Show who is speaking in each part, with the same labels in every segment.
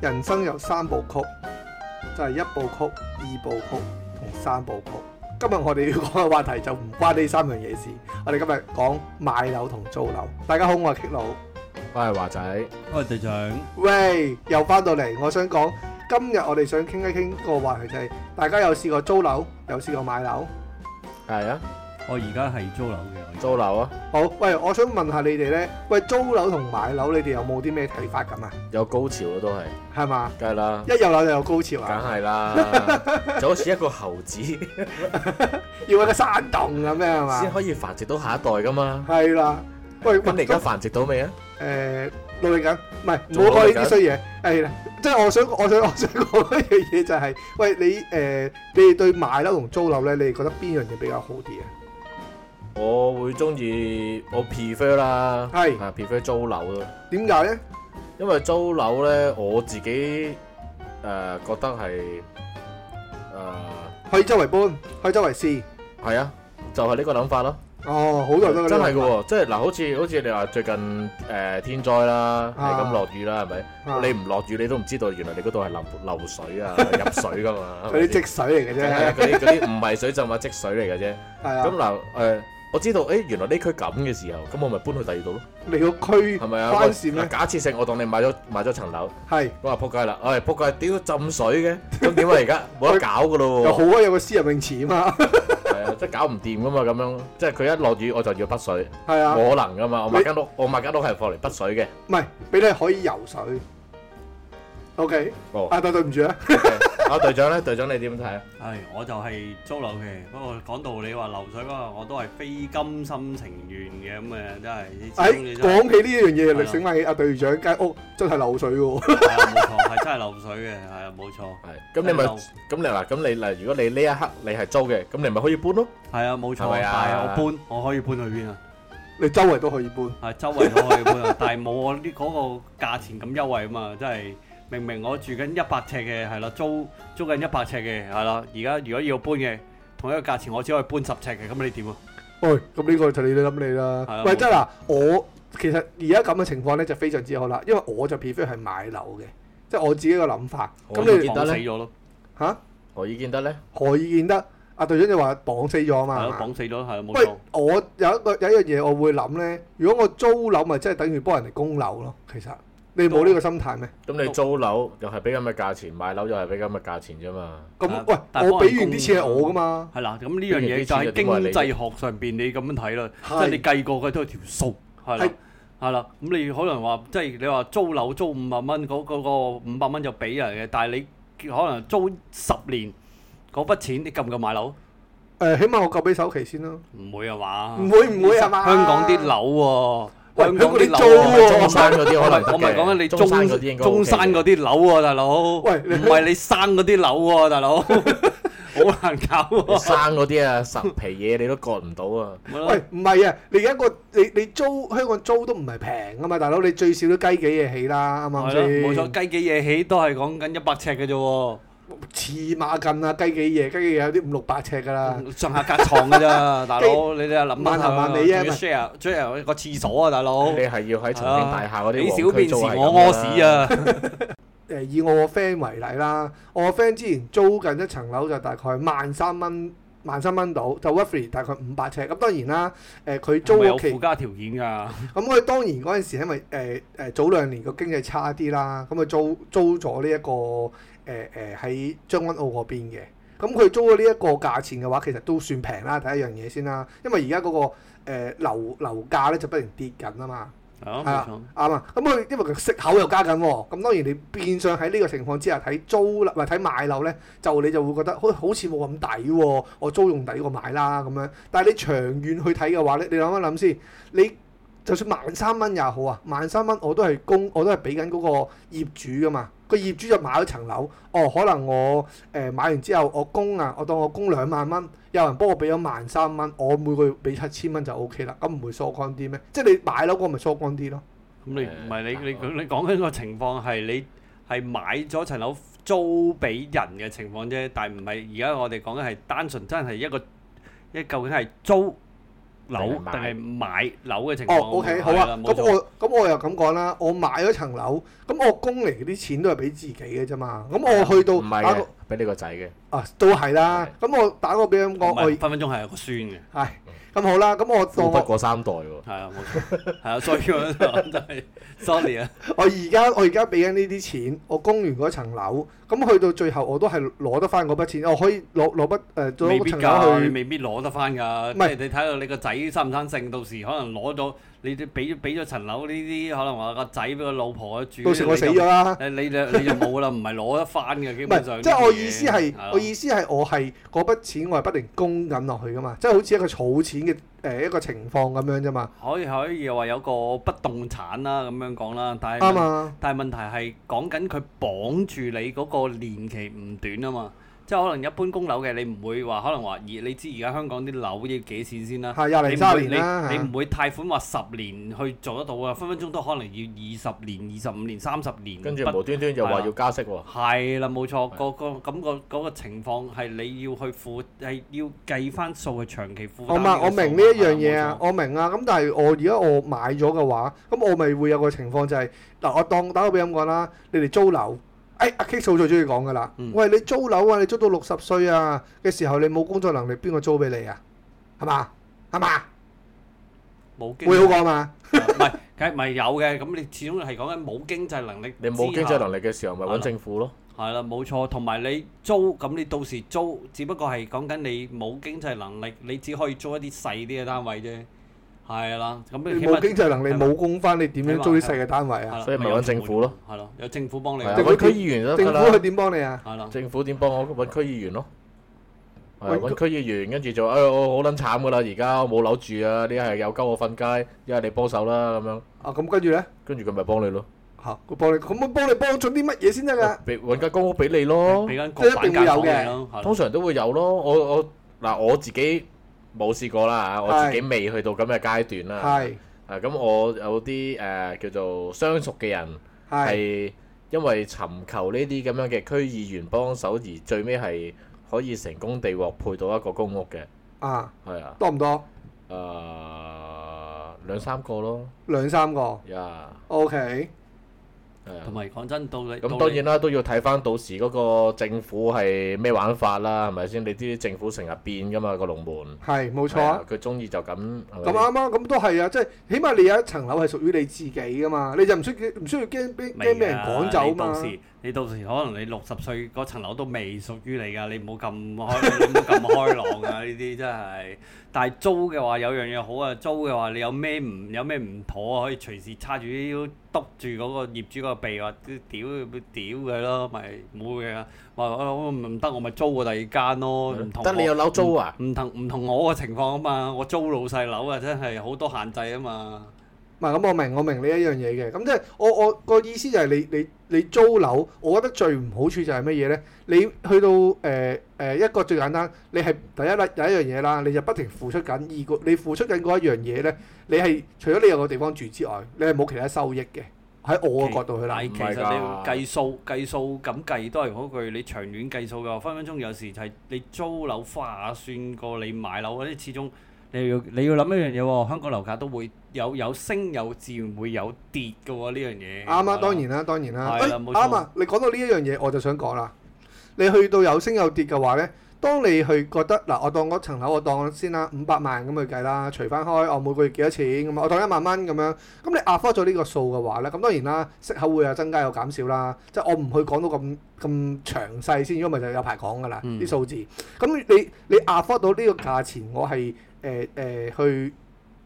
Speaker 1: 人生有三部曲，就係、一部曲、二部曲同三部曲。今日我哋要講嘅話題就唔關呢三樣嘢事，我哋今日講買樓同租樓。大家好，我係 K 佬。
Speaker 2: 我係華仔，
Speaker 3: 我係隊長，
Speaker 1: 喂，又翻到嚟，我想講今日我哋想傾一傾個話題就係、大家有試過租樓，有試過買樓。
Speaker 2: 係啊，
Speaker 3: 我而家係租樓嘅，我而家
Speaker 2: 租樓啊，
Speaker 1: 好，喂，我想問下你哋呢，喂，租樓同買樓，你哋有冇啲咩睇法咁啊？
Speaker 2: 有高潮啊，都係，
Speaker 1: 係嘛？
Speaker 2: 梗係啦，
Speaker 1: 一有樓就有高潮
Speaker 2: 梗
Speaker 1: 啊，
Speaker 2: 係 啦，就好似一個猴子先
Speaker 1: 要一個山洞咁樣係嘛？
Speaker 2: 可以繁殖到下一代噶嘛。
Speaker 1: 係啦，喂，
Speaker 2: 咁你而家繁殖到未啊？
Speaker 1: 誒努力緊，唔係唔
Speaker 2: 仲
Speaker 1: 好講
Speaker 2: 努力
Speaker 1: 呢
Speaker 2: 緊
Speaker 1: 啲衰嘢。係啦，即係我想我想 我想講一樣嘢就係、喂你誒、你哋對買樓同租樓呢，你哋覺得邊樣嘢比較好啲啊？
Speaker 2: 我會中意我 prefer 啦，
Speaker 1: 係
Speaker 2: 啊 prefer 租樓咯，
Speaker 1: 點解呢？
Speaker 2: 因為租樓咧我自己誒覺得係誒
Speaker 1: 可以周圍搬，可以周圍試。
Speaker 2: 係啊，就係呢個諗法咯。
Speaker 1: 哦，好多人都
Speaker 2: 真係嘅
Speaker 1: 㗎
Speaker 2: 喎，即係嗱，好似好似你話最近誒、呃天災啦，係
Speaker 1: 啊
Speaker 2: 咁落雨啦，係咪？你唔落雨，你都唔知道原來你嗰度係流流水 啊，入水噶嘛。係咪
Speaker 1: 佢啲
Speaker 2: 先
Speaker 1: 積水嚟嘅
Speaker 2: 係啊
Speaker 1: 啫，
Speaker 2: 嗰啲嗰啲唔係水浸啊，積水嚟嘅啫。
Speaker 1: 係
Speaker 2: 咁
Speaker 1: 啊，
Speaker 2: 嗱誒，我知道誒原來呢區咁嘅時候，咁我咪搬去第二度咯，
Speaker 1: 你個區
Speaker 2: 係咪啊？
Speaker 1: 關
Speaker 2: 我
Speaker 1: 事咩
Speaker 2: 嗱假設性，我當你買咗買咗層樓，
Speaker 1: 係
Speaker 2: 我話撲街啦，唉撲街，屌浸水嘅，咁點啊？而家冇得搞噶咯
Speaker 1: 又好
Speaker 2: 喎，
Speaker 1: 啊，有個私人泳池啊嘛，
Speaker 2: 係啊，即係搞唔掂噶嘛咁樣，即係佢一落雨我就要筆水，
Speaker 1: 係啊，
Speaker 2: 冇可能噶嘛，我買
Speaker 1: 你
Speaker 2: 間屋我買間屋係放嚟筆水嘅，
Speaker 1: 唔係俾你可以游水。OK，
Speaker 2: 哦，
Speaker 1: 啊，但對唔住啊，
Speaker 2: 阿隊長咧，隊長你點睇啊？
Speaker 3: 係我就係租樓嘅。不過講到你話流水嗰個，我都係非甘心情願嘅咁嘅，真係始
Speaker 1: 誒
Speaker 3: 終你真係
Speaker 1: 講起呢樣嘢，
Speaker 3: 係
Speaker 1: 你
Speaker 3: 啊
Speaker 1: 醒翻起阿隊長間屋真係漏水嘅喎，
Speaker 3: 係啊，冇錯，係真係流水嘅，係啊，冇錯，
Speaker 2: 係，咁你咪
Speaker 3: 真係流
Speaker 2: 咁你嗱，咁你嗱，如果你呢一刻你係租嘅，咁你咪可以搬咯。
Speaker 3: 係啊，冇錯，
Speaker 2: 係咪啊
Speaker 3: 但係我搬，我可以搬去邊啊？
Speaker 1: 你周圍都可以搬。
Speaker 3: 係周圍都可以搬啊，但係冇我呢嗰個價錢咁優惠啊嘛，真係。明明我住緊一百尺嘅，係啦，租租緊一百尺嘅，係啦，而家如果要搬嘅，同一個價錢我只可以搬十尺嘅，咁你點啊？
Speaker 1: 喂，咁呢個就你諗你
Speaker 3: 係
Speaker 1: 啦
Speaker 3: 啊。
Speaker 1: 喂，
Speaker 3: 冇
Speaker 1: 真係嗱，我其實而家咁嘅情況咧就非常之好啦，因為我就 prefer 係買樓嘅，即係我自己個諗法。咁
Speaker 2: 我
Speaker 1: 你
Speaker 2: 見得
Speaker 3: 綁
Speaker 2: 呢
Speaker 3: 死咗咯，
Speaker 1: 嚇
Speaker 2: 何以見得咧？
Speaker 1: 何以見得？阿隊長就話綁死咗啊嘛。係
Speaker 3: 係咯，
Speaker 1: 嘛
Speaker 3: 綁死咗，係啊，冇
Speaker 1: 喂
Speaker 3: 錯。，
Speaker 1: 我有一個有一樣嘢我會諗咧，如果我租樓咪真係等於幫人哋供樓咯。其實你冇呢個心態咩？
Speaker 2: 咁你租樓又係俾咁嘅價錢，買樓又係俾咁嘅價錢啫嘛。
Speaker 1: 咁
Speaker 3: 啊
Speaker 1: 喂，
Speaker 3: 但係
Speaker 1: 我
Speaker 3: 幫人
Speaker 1: 俾
Speaker 3: 啊
Speaker 1: 完啲錢係我噶嘛？
Speaker 3: 係啦，咁呢樣嘢就係經濟學上邊你咁樣睇啦，即
Speaker 1: 係
Speaker 3: 係你計過嘅都有條數，係啦
Speaker 1: 係，
Speaker 3: 係啦。咁你可能話即係你話租樓租五百蚊，嗰嗰個五百蚊就俾人嘅，但係你可能租十年嗰筆錢，你夠唔夠買樓？
Speaker 1: 誒，起碼我夠俾首期先啦。
Speaker 3: 唔會啊嘛？
Speaker 1: 唔會唔會係嘛
Speaker 3: 香港啲樓
Speaker 1: 喂
Speaker 3: 喎，香港啲樓
Speaker 1: 香港啲租喎
Speaker 3: 喎。
Speaker 2: 中山嗰啲
Speaker 3: 我
Speaker 2: 可能得
Speaker 3: 咪
Speaker 2: 嘅
Speaker 3: 我咪講緊你
Speaker 2: 中山嗰啲應
Speaker 3: 中
Speaker 2: 該
Speaker 3: 中山嗰啲樓喎，大佬，唔
Speaker 1: 喂你
Speaker 3: 係你生嗰啲樓喎， 大佬，好難搞
Speaker 2: 啲
Speaker 3: 喎。
Speaker 2: 生嗰啲啊，十皮嘢你都割唔到啊！
Speaker 1: 喂，唔係啊，你而家個你你租香港租都唔係平啊噶嘛，大佬你最少都雞幾嘢起啦，啱唔啱
Speaker 3: 係
Speaker 1: 先
Speaker 3: 咯，？冇錯，雞幾嘢起都係講緊一百尺嘅啫喎，
Speaker 1: 黐孖筋啊，雞幾嘢，雞幾嘢有啲五六百尺噶啦。
Speaker 3: 上下隔床嘅咋，大佬，你哋啊諗
Speaker 1: 萬
Speaker 3: 下
Speaker 1: 頭萬尾啊
Speaker 3: 仲要 share share 個廁所啊，大佬，
Speaker 2: 你係要喺重慶大廈嗰
Speaker 3: 你
Speaker 2: 啲
Speaker 3: 小
Speaker 2: 黃區
Speaker 3: 便
Speaker 2: 租
Speaker 3: 時
Speaker 2: 係
Speaker 3: 我屙屎啊，嗯
Speaker 1: 誒以我個 friend 為例啦，我個 friend 之前租緊一層樓就大概萬三蚊，萬三蚊到，就 roughly 大概五百尺。咁當然啦，誒、佢租
Speaker 3: 係咪有
Speaker 1: 屋期
Speaker 3: 附，加條件㗎，
Speaker 1: 咁佢當然嗰陣時因為誒誒、早兩年個經濟差啲啦，咁佢啊租租咗呢一個誒誒喺將軍澳嗰邊嘅。咁佢租咗呢一個價錢嘅話，其實都算平啦，第一樣嘢先啦。因為而家嗰個誒、樓樓價咧就不停跌緊啊嘛。
Speaker 3: 係咯，
Speaker 1: 係
Speaker 3: 冇
Speaker 1: 啊
Speaker 3: 錯，
Speaker 1: 啱啊！咁佢因為佢息口又加緊喎，咁當然你變相喺呢個情況之下睇租啦，唔係睇買樓咧，就你就會覺得好好似冇咁抵喎，我租用抵過買啦咁樣。但係你長遠去睇嘅話咧，你諗一諗先，你就算萬三蚊也好啊，萬三蚊我都係供，我都係俾緊嗰個業主噶嘛。個業主就買咗層樓，哦，可能我誒、呃、買完之後我供啊，我當我供兩萬蚊，有人幫我俾咗萬三蚊，我每個月俾七千蚊就 O K 啦，咁唔會疏乾啲咩？即係你買樓嗰個咪疏乾啲咯。
Speaker 3: 咁你唔係你你你講緊個情況係你係買咗層樓租俾人嘅情況啫，但唔係而家我哋講緊係單純真係一個一究竟係租樓
Speaker 2: 定係買
Speaker 3: 定係買樓嘅情況。
Speaker 1: 哦，OK，好
Speaker 3: 係啦
Speaker 1: 啊，
Speaker 3: 冇
Speaker 1: 咁
Speaker 3: 錯
Speaker 1: 我咁我又咁講啦，我買咗層樓，咁我供嚟嗰啲錢都係俾自己嘅啫嘛，咁
Speaker 3: 啊
Speaker 1: 我去到
Speaker 2: 唔係
Speaker 1: 打個
Speaker 2: 嘅，俾你個仔嘅，
Speaker 1: 啊都係啦，咁我打個比咁講，
Speaker 3: 唔係嗯
Speaker 1: 我
Speaker 3: 分分鐘係有個孫嘅，
Speaker 1: 係咁好啦，咁我當
Speaker 2: 富不
Speaker 1: 我
Speaker 2: 過三代喎。
Speaker 3: 係啊，冇錯，係啊，所以我真係 sorry 啊，
Speaker 1: 我而家我而家俾緊呢啲錢，我供完嗰層樓，咁去到最後我都係攞得翻嗰筆錢，我可以攞攞筆誒
Speaker 3: 未
Speaker 1: 攞
Speaker 3: 必
Speaker 1: 層樓
Speaker 3: 㗎，你
Speaker 1: 去
Speaker 3: 未必攞得翻㗎。
Speaker 1: 唔
Speaker 3: 即
Speaker 1: 係
Speaker 3: 係你睇下你個仔生唔生性，到時可能攞到你都俾俾咗層樓呢啲，可能話個仔俾個老婆啊住。
Speaker 1: 到時我死咗啦。
Speaker 3: 你就！你就你就冇啦，唔係攞得 翻嘅，基
Speaker 1: 唔
Speaker 3: 本
Speaker 1: 係，
Speaker 3: 上呢啲嘢。
Speaker 1: 即係我意思係
Speaker 3: 係，咯啊
Speaker 1: 我意思係我係嗰筆錢，我係不停供緊落去噶嘛，即係好似一個儲錢嘅誒、一個情況咁樣啫嘛，
Speaker 3: 可以可以話有個不動產啦，咁樣講啦，但係
Speaker 1: 啱啊，
Speaker 3: 但係問題係講緊佢綁住你嗰個年期唔短啊嘛，即係可能一般供樓嘅你唔會話可能話而你知而家香港啲樓要幾錢先啦，
Speaker 1: 係廿
Speaker 3: 你
Speaker 1: 零
Speaker 3: 唔
Speaker 1: 三
Speaker 3: 會
Speaker 1: 十年啦，
Speaker 3: 你
Speaker 1: 嚇
Speaker 3: 你唔會貸款話十年去做得到啊，分分鐘都可能要二十年、二十五年、三十年，
Speaker 2: 跟住
Speaker 3: 不
Speaker 2: 無端端又話
Speaker 3: 係啊
Speaker 2: 要加息喎，
Speaker 3: 係啦，冇錯，
Speaker 2: 係
Speaker 3: 個個咁個嗰個情況係你要去負係要計翻數去長期
Speaker 1: 我
Speaker 3: 負擔個
Speaker 1: 明
Speaker 3: 數
Speaker 1: 我明呢一樣嘢啊，，我明啊。咁但係我而家我買咗嘅話，咁我咪會有個情況就係、嗱，我當打個比咁講啦，你哋租樓。誒阿 K 數最中意講㗎啦，
Speaker 3: 嗯
Speaker 1: 喂你租樓啊，你租到六十歲啊嘅時候，你冇工作能力，邊個租俾你啊？係嘛？係嘛？
Speaker 3: 冇經
Speaker 1: 會好過嘛？
Speaker 3: 唔係，梗係唔係有嘅。咁你始終係講緊冇經濟能力，
Speaker 2: 你冇經濟能
Speaker 3: 力
Speaker 2: 力嘅時候咪
Speaker 3: 係
Speaker 2: 揾
Speaker 3: 啦
Speaker 2: 政府咯。
Speaker 3: 係啦，冇錯。同埋你租，咁你到時租，只不過係講緊你冇經濟能力，你只可以租一啲細啲嘅單位啫。係啦，咁你
Speaker 1: 你
Speaker 3: 起
Speaker 1: 冇
Speaker 3: 碼
Speaker 1: 經濟能力，
Speaker 3: 係嘛
Speaker 1: 冇工翻，你點樣租啲細嘅單位
Speaker 3: 係
Speaker 1: 啊？
Speaker 3: 啦
Speaker 2: 所以咪
Speaker 3: 有
Speaker 2: 揾政府咯。
Speaker 3: 係咯，有政府幫你
Speaker 2: 係啊
Speaker 1: 政
Speaker 3: 㗎。
Speaker 1: 府
Speaker 2: 揾區議員都
Speaker 1: 政
Speaker 2: 得
Speaker 1: 府
Speaker 2: 啦
Speaker 1: 佢。點幫你啊？
Speaker 3: 係啦，
Speaker 2: 政府點幫我揾區議員咯？係啊
Speaker 1: 揾
Speaker 2: 揾區議員，跟住就誒、哎我好撚慘噶啦！而家我冇樓住啊，你係有鳩我瞓街，一係你幫手啦咁樣，
Speaker 1: 啊咁跟住咧，
Speaker 2: 跟住佢咪幫你咯，
Speaker 1: 嚇佢幫你，咁佢幫你幫咗啲乜嘢先得㗎？
Speaker 2: 俾揾間公屋俾你咯
Speaker 3: 俾。緊
Speaker 1: 即係一
Speaker 3: 國版
Speaker 1: 定會有
Speaker 3: 間房
Speaker 1: 嘅
Speaker 3: 你咯，
Speaker 2: 通
Speaker 3: 係咯
Speaker 2: 常都會有咯。我我嗱我自己冇試過啦嚇，我自己未去到咁嘅階段啦。
Speaker 1: 係
Speaker 2: 啊咁我有啲誒、呃叫做相熟嘅人
Speaker 1: 係
Speaker 2: 係因為尋求呢啲咁樣嘅區議員幫手，而最尾係可以成功地獲配到一個公屋嘅，
Speaker 1: 啊，
Speaker 2: 係啊。
Speaker 1: 多唔多？
Speaker 2: 誒、兩三個咯，
Speaker 1: 兩三個
Speaker 2: 呀、
Speaker 1: ，OK。
Speaker 2: 係啊
Speaker 3: 同埋講真，到你
Speaker 2: 咁當然啦，都要睇翻到時嗰個政府係咩玩法啦，係咪先？你啲政府成日變噶嘛個龍門，
Speaker 1: 係冇錯
Speaker 2: 係
Speaker 1: 啊
Speaker 2: 啊，，佢中意就咁，係
Speaker 1: 咁
Speaker 2: 咪
Speaker 1: 啱啊，咁都係啊，即係起碼你有一層樓係屬於你自己噶嘛，你就唔需唔需要驚俾驚俾人趕走啊嘛
Speaker 3: 啊你到。時你到時可能你六十歲嗰層樓都未屬於你㗎，你唔好咁開，你唔好咁開朗啊！呢啲真係。但係租嘅話有樣嘢好啊，租嘅話你有咩唔有咩唔妥啊，可以隨時叉住腰督住嗰個業主個鼻話屌屌佢咯，咪冇嘅。話我唔得，我咪租過第二間咯，
Speaker 1: 嗯
Speaker 3: 唔同
Speaker 2: 得你有
Speaker 3: 我
Speaker 2: 樓租啊？
Speaker 3: 唔同唔同我嘅情況啊嘛，我租老細樓啊，真係好多限制啊嘛。
Speaker 1: 唔係咁，我明我明呢一樣嘢嘅。咁即係我我個意思就係你你你租樓，我覺得最唔好處就係乜嘢咧？你去到誒誒、呃呃一個最簡單，你係第一啦，第一樣嘢啦，你就不停付出緊。二個你付出緊嗰一樣嘢咧，你係除咗你有個地方住之外，你係冇其他收益嘅。喺我嘅角度去諗，
Speaker 3: 但係其實你要計數計數咁計都係嗰句，你長遠計數嘅話，分分鐘有時就係你租樓化算過你買樓嗰啲，始終你要你要諗一樣嘢喎，香港樓價都會有有升有自然會有跌嘅喎呢樣嘢。
Speaker 1: 啱啊，當然啦，當然啦。
Speaker 3: 係啦
Speaker 1: 誒
Speaker 3: 冇錯
Speaker 1: 啱啊，你講到呢一樣嘢，我就想講啦。你去到有升有跌嘅話呢，當你去覺得嗱，我當嗰層樓我當先啦，五百萬咁去計啦，除翻開我哦每個月幾多錢咁啊，我當一萬蚊咁樣。咁你壓翻咗呢個數嘅話呢，咁當然啦，息口會有增加有減少啦。即係我唔去講到咁咁詳細先，如果咪就有排講㗎啦
Speaker 3: 嗯
Speaker 1: 啲數字。咁你你壓翻到呢個價錢，我係誒誒去。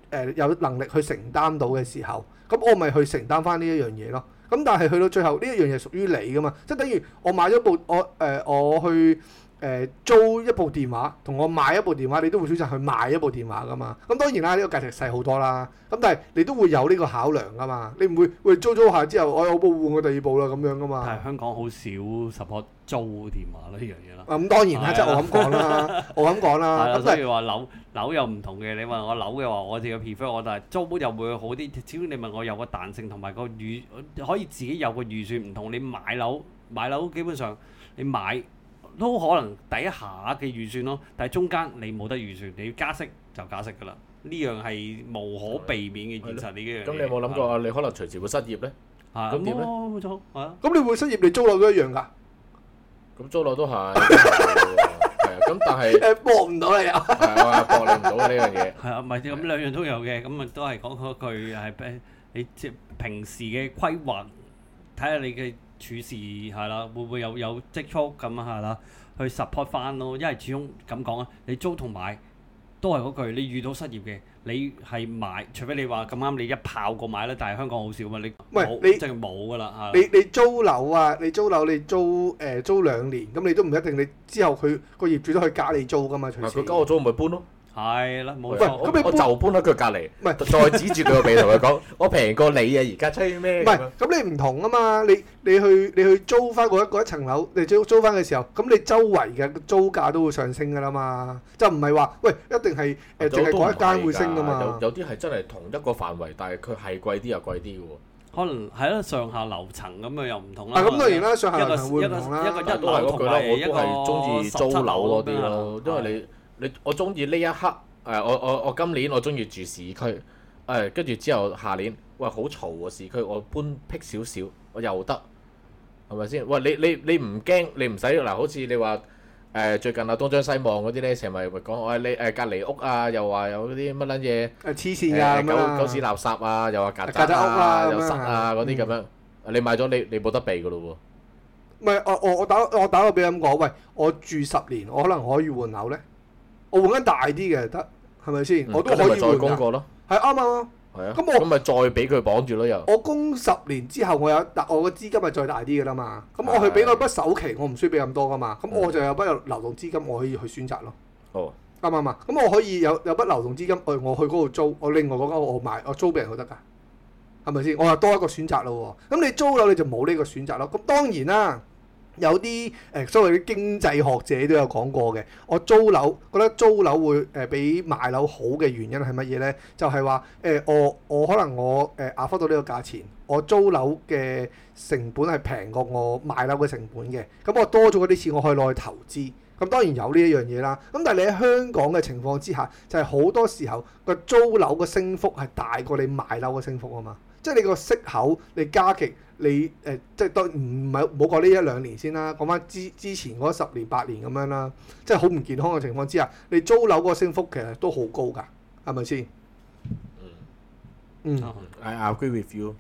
Speaker 1: 誒、有能力去承擔到嘅時候，咁我咪去承擔翻呢一樣嘢咯。咁但係去到最後呢一樣嘢屬於你噶嘛，即係等於我買咗部我誒、呃我去誒、呃租一部電話，同我買一部電話，你都會選擇去買一部電話噶嘛。咁當然啦，呢、個價值細好多啦。咁但係你都會有呢個考量噶嘛，你唔會喂租租下之後，我我部換過第二部啦咁樣噶嘛。
Speaker 3: 但係香港好少 support 租電話呢樣嘢啦。
Speaker 1: 啊咁當然啦，
Speaker 3: 係啊
Speaker 1: 即係我咁講啦，我咁講
Speaker 3: 係啊
Speaker 1: 啦。
Speaker 3: 啦，
Speaker 1: 啊咁但
Speaker 3: 所
Speaker 1: 係
Speaker 3: 以話樓樓又唔同嘅。你問我樓嘅話，我哋嘅 prefer 我，但係租又會好啲。只要你問我有個彈性同埋個預，可以自己有個預算唔同。你買樓買樓基本上你買都可能第一下嘅預算咯，但係中間你冇得預算，你要加息就加息㗎啦。呢樣係無可避免嘅現實呢樣嘢。
Speaker 2: 咁你有冇諗過啊？你可能隨時會失業咧？
Speaker 3: 係？
Speaker 2: 咁
Speaker 3: 咁
Speaker 2: 點咧
Speaker 3: 冇錯，係啊，
Speaker 1: 咁你會失業，你租樓都一樣㗎。
Speaker 2: 咁租樓都係，係啊。咁但 係
Speaker 1: 誒搏唔到你啊！
Speaker 2: 係我係搏你唔到嘅呢樣嘢。
Speaker 3: 係啊，唔係咁兩樣都有嘅，咁啊都係講嗰句係誒你即係平時嘅規劃，睇下你嘅處事係啦，會唔會有有積蓄咁啊係啦，去 support 翻咯，因為始終咁講啊，你租同買。都係嗰句，你遇到失業嘅，你係買，除非你話咁啱你一炮過買啦，但係香港好少嘛，你
Speaker 1: 喂
Speaker 3: 冇
Speaker 1: 你
Speaker 3: 即係冇噶啦，啊係啦
Speaker 1: 你你租樓啊，你租樓你租誒、租兩年，咁你都唔一定你之後佢個業主都去隔離租㗎嘛，
Speaker 2: 啊
Speaker 1: 隨時
Speaker 2: 佢。交我租咪搬咯，
Speaker 3: 係啦，冇
Speaker 2: 我
Speaker 1: 喂
Speaker 3: 錯。
Speaker 1: 咁你搬
Speaker 2: 我就搬喺佢隔離，
Speaker 1: 唔係
Speaker 2: 再指住佢個鼻同 佢講，我平過你啊！而家吹咩
Speaker 1: 唔
Speaker 2: 咁樣？
Speaker 1: 係，咁你唔同啊嘛！你你去你去租翻嗰一嗰一層樓，你租租翻嘅時候，咁你周圍嘅租價都會上升㗎啦嘛，就唔係話喂一定係
Speaker 2: 啊
Speaker 1: 誒淨係嗰一間會升㗎嘛
Speaker 2: 有。有啲係真係同一個範圍，但係佢係貴啲又貴啲嘅喎。
Speaker 3: 可能係啦，上下樓層咁啊又唔同啦。
Speaker 1: 啊，咁當然
Speaker 3: 啦，
Speaker 1: 啦，上下
Speaker 3: 一個
Speaker 1: 樓層會
Speaker 3: 一
Speaker 1: 唔
Speaker 3: 個
Speaker 1: 同
Speaker 3: 一個
Speaker 1: 啦。
Speaker 2: 但都係嗰句啦，我都係中意租樓嗰啲咯，因為你你我中意呢一刻誒、我我我今年我中意住市區誒，跟住之後下年喂好嘈喎市區，我搬僻少少我又得係咪先？喂你你你唔驚你唔使嗱，好似你話。誒、最近啊，東張西望嗰啲咧，成日咪講我你誒隔離屋啊，又話有嗰啲乜撚嘢
Speaker 1: 誒黐
Speaker 2: 誒
Speaker 1: 線啊㗎咁樣
Speaker 2: 狗
Speaker 1: 啦
Speaker 2: 狗屎垃圾啊，又話曱
Speaker 1: 曱甴
Speaker 2: 甴
Speaker 1: 屋啊嗯
Speaker 2: 啊，又
Speaker 1: 咁樣
Speaker 2: 塞啊嗰啲咁樣，你買咗你你冇得避噶咯喎。
Speaker 1: 唔係，我我我打我打個比咁講，喂，我住十年，我可能可以換樓咧，我換間大啲嘅得，係咪先？我都
Speaker 2: 嗯咁你咪
Speaker 1: 可以換
Speaker 2: 再供
Speaker 1: 㗎，
Speaker 2: 過咯，
Speaker 1: 係啱啱。
Speaker 2: 係啊。
Speaker 1: 咁我
Speaker 2: 咁哦咪再俾佢綁住咯又。
Speaker 1: 我供十年之後，我有但我嘅資金咪再大啲嘅啦嘛。咁我去俾嗰筆首期，我唔需要俾咁多噶嘛。咁
Speaker 2: 嗯
Speaker 1: 我就有筆流動資金，我可以去選擇咯。
Speaker 2: 哦，
Speaker 1: 啱唔啱啊？咁我可以有有筆流動資金，哎我我去嗰度租，我另外嗰間我買，我租俾人都得㗎，係咪先？我又多一個選擇咯喎。咁你租樓你就冇呢個選擇咯。咁當然啦，有啲誒、呃所謂嘅經濟學者都有講過嘅，我租樓覺得租樓會誒、呃比買樓好嘅原因係乜嘢呢？就係話誒我我可能我誒 afford 到呢個價錢，我租樓嘅成本係平過我買樓嘅成本嘅，咁我多咗嗰啲錢，我可以攞去投資。咁當然有呢一樣嘢啦。咁但係你喺香港嘅情況之下，就係、好多時候個租樓嘅升幅係大過你買樓嘅升幅啊嘛。即係你個息口，你加極，你誒、呃即係當然唔係唔好講呢一兩年先啦，講翻之之前嗰十年八年咁樣啦，即係好唔健康嘅情況之下，你租樓個升幅其實都好高㗎，係咪先？
Speaker 2: 嗯
Speaker 1: 嗯。
Speaker 2: ，I agree with you。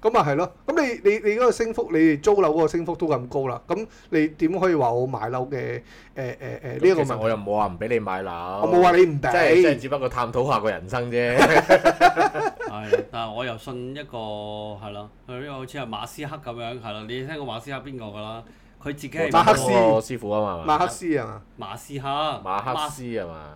Speaker 1: 咁啊係咯，咁你你你嗰個升幅，你哋租樓嗰個升幅都咁高啦，咁你點可以話我買樓嘅誒誒誒呢一個
Speaker 2: 咁其實
Speaker 1: 問
Speaker 2: 我
Speaker 1: 題？
Speaker 2: 又冇話唔俾你買樓，
Speaker 1: 我
Speaker 2: 我
Speaker 1: 冇話你唔
Speaker 2: 即係即係
Speaker 1: 俾，
Speaker 2: 只不過探討下個人生 啫。
Speaker 3: 係，但係我又信一個係啦，佢呢個好似係馬斯克咁樣係啦，你聽過馬斯克邊個㗎啦？佢自己係
Speaker 1: 馬克思
Speaker 2: 嗰個師傅啊嘛，
Speaker 1: 馬克思係嘛？
Speaker 3: 馬斯克，馬
Speaker 2: 馬克思啊嘛，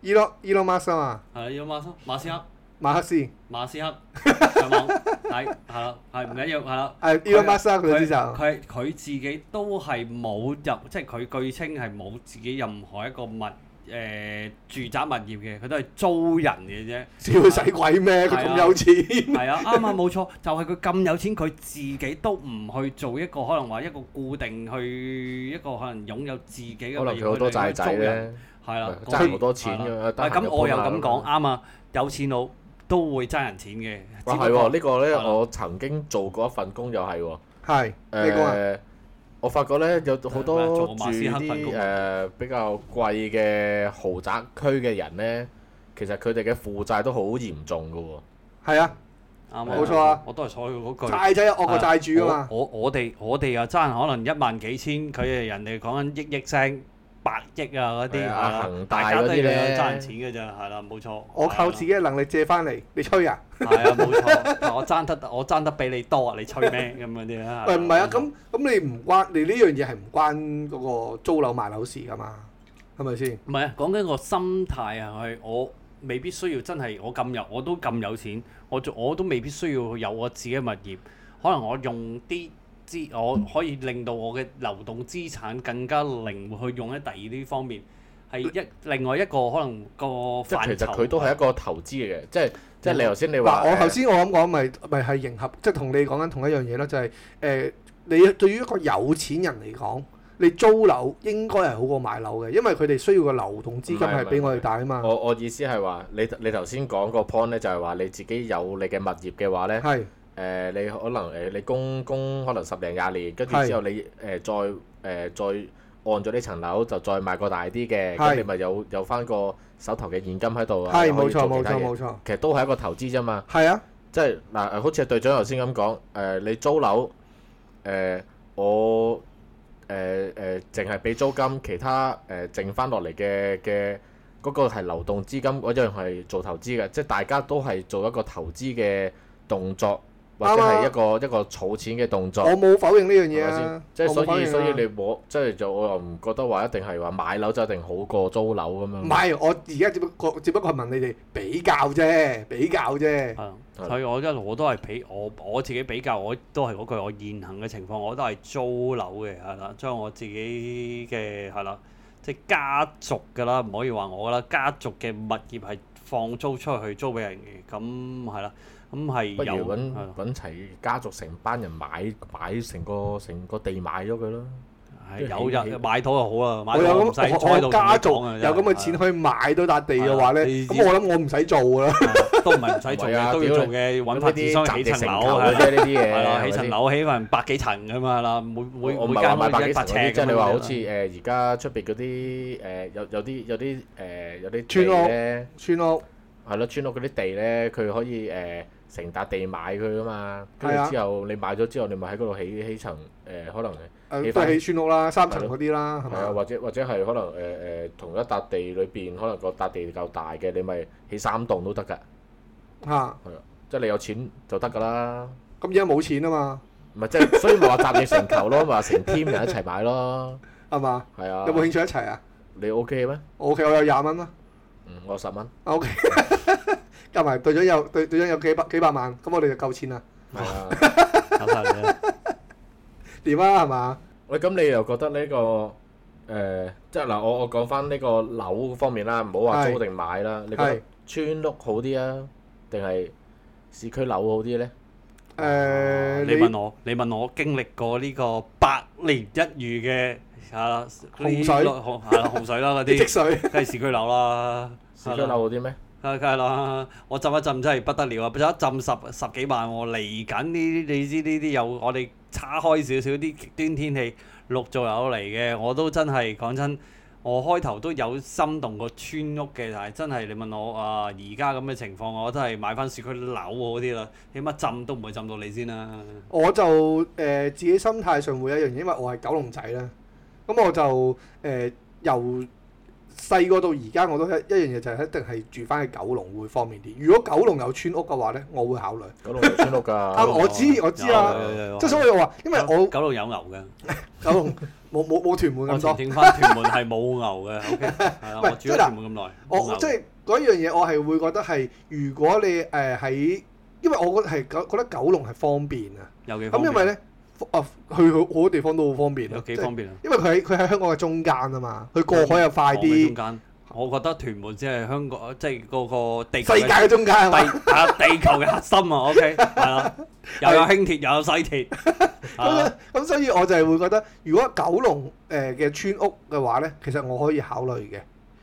Speaker 1: 伊洛伊洛馬斯啊
Speaker 3: 係啦，要馬斯馬斯克，
Speaker 1: 嘛，馬克思，誒
Speaker 3: 馬斯克上網 睇係啦，係唔緊要係啦。
Speaker 1: 伊洛馬斯克 啊佢
Speaker 3: 佢
Speaker 1: 知就
Speaker 3: 佢佢自己都係冇入，即係佢據稱係冇自己任何一個物誒、呃住宅物業嘅，佢都係租人嘅啫。
Speaker 1: 屌佢使鬼咩？佢
Speaker 3: 係
Speaker 1: 咁
Speaker 3: 啊
Speaker 1: 有錢，
Speaker 3: 係啊，啱啊，冇錯，就係佢咁有錢，佢自己都唔去做一個可能話一個固定去一個可能擁有自己嘅
Speaker 2: 可
Speaker 3: 物業，
Speaker 2: 能佢好多債仔
Speaker 3: 佢哋去租人，
Speaker 2: 咧，
Speaker 3: 係啦，
Speaker 2: 爭好多錢
Speaker 3: 係啦
Speaker 2: 咁樣。
Speaker 3: 唔係咁，我又咁講啱啊，有錢佬都會爭人錢嘅。
Speaker 2: 哇，
Speaker 3: 只不
Speaker 2: 啊係
Speaker 3: 過
Speaker 2: 喎，呢個咧
Speaker 3: 係啦
Speaker 2: 我曾經做過一份工又係喎。
Speaker 1: 係你講啊，
Speaker 2: 誒，我發覺咧有好多住
Speaker 3: 做個馬斯克份
Speaker 2: 啲
Speaker 3: 工
Speaker 2: 誒比較貴嘅豪宅區嘅人咧，其實佢哋嘅負債都好嚴重噶喎。
Speaker 1: 係啊，
Speaker 3: 啱啊，
Speaker 1: 冇錯啊
Speaker 3: 我都係採佢嗰句。
Speaker 1: 債仔惡過債主啊嘛，
Speaker 3: 我我我哋我哋又爭可能一萬幾千，佢哋人哋講緊億億聲、百億啊嗰啲
Speaker 2: 係啊
Speaker 3: 係啦
Speaker 2: 恒大
Speaker 3: 大家都
Speaker 2: 嗰啲
Speaker 3: 要
Speaker 2: 咧
Speaker 3: 有爭錢嘅咋，係啊啦，冇錯。
Speaker 1: 我靠自己嘅能力借翻嚟，你吹啊？
Speaker 3: 係啊，冇錯。我爭得我爭得比你多啊，你吹咩咁嗰啲啊？
Speaker 1: 喂，唔係啊，
Speaker 3: 冇錯
Speaker 1: 咁咁你唔關你呢樣嘢係唔關嗰個租樓賣樓事噶嘛，係咪先？
Speaker 3: 唔係啊，講緊個心態啊，係我未必需要真係我咁有，我都咁有錢，我做我都未必需要有我自己嘅物業，可能我用啲資，我可以令到我嘅流動資產更加靈活去用喺第二啲方面，係一另外一個可能個
Speaker 2: 即係
Speaker 3: 範疇。
Speaker 2: 其實佢都係一個投資嚟嘅，即係即係你頭先你
Speaker 1: 嗯
Speaker 2: 話
Speaker 1: 嗱，我
Speaker 2: 誒
Speaker 1: 頭先我咁講，咪咪係迎合，即係同你講緊同一樣嘢咯，就係、誒、你對於一個有錢人嚟講，你租樓應該係好過買樓嘅，因為佢哋需要個流動資金
Speaker 2: 唔係
Speaker 1: 係
Speaker 2: 哦
Speaker 1: 俾我哋大啊嘛。
Speaker 2: 我我意思係話，你你頭先講個 point 咧，就係話你自己有你嘅物業嘅話咧，誒、
Speaker 1: 係
Speaker 2: 呃你可能誒、你供供可能十零廿年，跟住
Speaker 1: 係
Speaker 2: 之後你誒、呃再誒、再按咗呢層樓，就再買個大啲
Speaker 1: 係
Speaker 2: 嘅，咁你咪有有翻個手頭嘅現金喺度啊，
Speaker 1: 係
Speaker 2: 你可以
Speaker 1: 冇錯
Speaker 2: 做其
Speaker 1: 冇
Speaker 2: 他
Speaker 1: 錯
Speaker 2: 嘢
Speaker 1: 冇錯，
Speaker 2: 其實都係一個投資啫嘛。
Speaker 1: 係啊
Speaker 2: 即係嗱、誒好似隊長頭先咁講，誒、你租樓，誒、我誒誒淨係俾租金，其他誒、剩翻落嚟嘅嘅嗰個係流動資金嗰樣係做投資嘅，即係大家都係做一個投資嘅動作，或者
Speaker 1: 啱啊
Speaker 2: 係一個一個儲錢嘅動
Speaker 1: 我
Speaker 2: 作。
Speaker 1: 冇否認呢樣嘢
Speaker 2: 係咪
Speaker 1: 啊
Speaker 2: 先，即係
Speaker 1: 我冇否
Speaker 2: 所以
Speaker 1: 認啊
Speaker 2: 所以你冇即係就我又唔覺得話一定係話買樓就一定好過租樓咁樣。
Speaker 1: 唔係我而家只不過只不過係問你哋比較啫，比較啫。
Speaker 3: 係啊
Speaker 2: 係
Speaker 3: 所以我一路我都係比我我自己比較，我都係嗰句，我現行嘅情況我都係租樓嘅，係啦，將我自己嘅係啦，即係家族㗎啦，唔可以話我啦，家族嘅物業係放租出去租俾人嘅，咁係啦，咁
Speaker 2: 不
Speaker 3: 係
Speaker 2: 如
Speaker 3: 有
Speaker 2: 揾
Speaker 3: 係啊啦
Speaker 2: 揾齊家族成班人買買成個成個地買咗佢啦。
Speaker 3: 係
Speaker 2: 即係
Speaker 3: 有
Speaker 2: 起
Speaker 3: 人買到就好啦，買
Speaker 1: 我
Speaker 3: 到
Speaker 1: 有
Speaker 3: 唔使
Speaker 1: 咁
Speaker 3: 坐喺
Speaker 1: 我
Speaker 3: 度
Speaker 1: 我家族
Speaker 3: 同你講啊
Speaker 1: 有咁嘅
Speaker 3: 真係
Speaker 1: 錢去買到笪地嘅話咧，
Speaker 3: 係啊
Speaker 1: 咁我諗我唔使做㗎啦。
Speaker 3: 係都唔係唔使
Speaker 2: 唔
Speaker 3: 做
Speaker 2: 係啊
Speaker 3: 嘅，都要
Speaker 2: 屌
Speaker 3: 做
Speaker 2: 你咁
Speaker 3: 嘅，揾
Speaker 2: 呢
Speaker 3: 發展
Speaker 2: 啲
Speaker 3: 商
Speaker 2: 集
Speaker 3: 起
Speaker 2: 地
Speaker 3: 層
Speaker 2: 成
Speaker 3: 樓
Speaker 2: 球
Speaker 3: 係
Speaker 2: 嘅
Speaker 3: 啦
Speaker 2: 啫，呢啲嘢
Speaker 3: 係啦，起
Speaker 2: 係咪
Speaker 3: 層
Speaker 2: 先
Speaker 3: 樓起份百幾層咁嘛啦，每
Speaker 2: 我
Speaker 3: 每
Speaker 2: 我唔
Speaker 3: 每
Speaker 2: 係話
Speaker 3: 間
Speaker 2: 買百
Speaker 3: 屋
Speaker 2: 幾
Speaker 3: 一
Speaker 2: 層
Speaker 3: 百
Speaker 2: 嗰
Speaker 3: 尺
Speaker 2: 啲，即係
Speaker 3: 咁
Speaker 2: 你話好
Speaker 3: 樣
Speaker 2: 似誒而家出邊嗰啲誒有有啲有啲誒有啲
Speaker 1: 村
Speaker 2: 地
Speaker 1: 屋
Speaker 2: 咧，
Speaker 1: 村屋
Speaker 2: 係咯，村屋嗰啲地咧，佢可以誒成笪地買佢噶嘛，跟
Speaker 1: 係啊
Speaker 2: 住之後你買咗之後，你咪喺嗰度起起層誒，可能
Speaker 1: 誒
Speaker 2: 起
Speaker 1: 啊都
Speaker 2: 返
Speaker 1: 係起村屋啦，三層
Speaker 2: 係咯
Speaker 1: 嗰啲啦，係
Speaker 2: 係啊，
Speaker 1: 咪？
Speaker 2: 或者或者係可能誒誒同一笪地裏邊，可能個笪地夠大嘅，你咪起三棟都得㗎。
Speaker 1: 嚇，
Speaker 2: 即係啊你有錢就得㗎啦。
Speaker 1: 咁而家冇錢啊嘛，
Speaker 2: 唔係即係， 所以咪話集你成球咯， 咪話成 team 人一齊買咯。
Speaker 1: 係嘛？
Speaker 2: 係啊。
Speaker 1: 有冇興趣一齊啊
Speaker 2: 你 OK 咩？
Speaker 1: 我？OK，我有廿蚊啦。
Speaker 2: 嗯，我十蚊。
Speaker 1: 啊 OK，夾埋隊長有隊隊長有幾百幾百萬，咁我哋就夠錢啦。
Speaker 2: 係啊。
Speaker 3: 搞晒你啦。啊
Speaker 1: 點啊？係嘛？
Speaker 2: 喂，咁你又覺得呢、個誒、即係嗱，我我講翻呢個樓方面啦，唔好話
Speaker 1: 係
Speaker 2: 租定買啦。你覺
Speaker 1: 係
Speaker 2: 得村屋好啲啊，定係市區樓好啲咧？啊
Speaker 1: 誒，
Speaker 3: 你問我，你問我經歷過呢個百年一遇嘅啊
Speaker 1: 洪水
Speaker 3: 呢個洪係啦洪水啦嗰
Speaker 1: 你 積
Speaker 3: 啲，
Speaker 1: 水
Speaker 3: 梗係市區樓啦，
Speaker 2: 市區樓好啲咩？
Speaker 3: 梗係啦，我浸一浸真係不得了啊！一浸十十幾萬喎，嚟緊呢啲你知呢啲有我哋叉開少少啲極端天氣陸續有嚟嘅，我都真係講真。我開頭都有心動過村屋嘅，但係真係你問我啊，而家咁嘅情況，我都係買翻市區樓好啲啦，起碼浸都唔會浸到你先啦。
Speaker 1: 我就誒、呃自己心態上會有一樣嘢，因為我係九龍仔啦。咁我就誒、呃由細個到而家，我都一一樣嘢就係一定係住翻喺九龍會方便啲。如果九龍有村屋嘅話咧，我會考慮。
Speaker 2: 九龍有村屋 㗎。
Speaker 1: 啊我知我知啊
Speaker 3: 有，有有有
Speaker 1: 即係所以我話，因為
Speaker 2: 啊
Speaker 1: 我
Speaker 3: 九龍有牛嘅，
Speaker 1: 九龍冇冇冇屯門
Speaker 3: 我
Speaker 1: 咁多
Speaker 3: 澄。清翻屯門係冇牛嘅。OK，係 啦，
Speaker 1: 喂
Speaker 3: 我住咗屯門咁耐，
Speaker 1: 我
Speaker 3: 冇牛
Speaker 1: 我即係嗰一樣嘢，我係會覺得係，如果你呃誒喺、因為我覺得係九覺得九龍係方便啊。
Speaker 3: 有幾方
Speaker 1: 咁
Speaker 3: 便
Speaker 1: 因為咧，啊去好好多地方都好方便啊
Speaker 3: 有。幾
Speaker 1: 即係
Speaker 3: 方便啊？
Speaker 1: 因為佢喺佢喺香港嘅中間啊嘛，佢過海又快
Speaker 3: 我喺
Speaker 1: 啲
Speaker 3: 中。間，我覺得屯門先係香港，即係嗰個地球嘅
Speaker 1: 世界嘅中間係嘛？
Speaker 3: 地啊地球嘅核心啊。OK，係 啦，又有輕鐵，又有西鐵，啊係
Speaker 1: 咁
Speaker 3: 啦
Speaker 1: 咁所以我就係會覺得，如果九龍誒嘅村屋嘅話咧，其實我可以考慮嘅。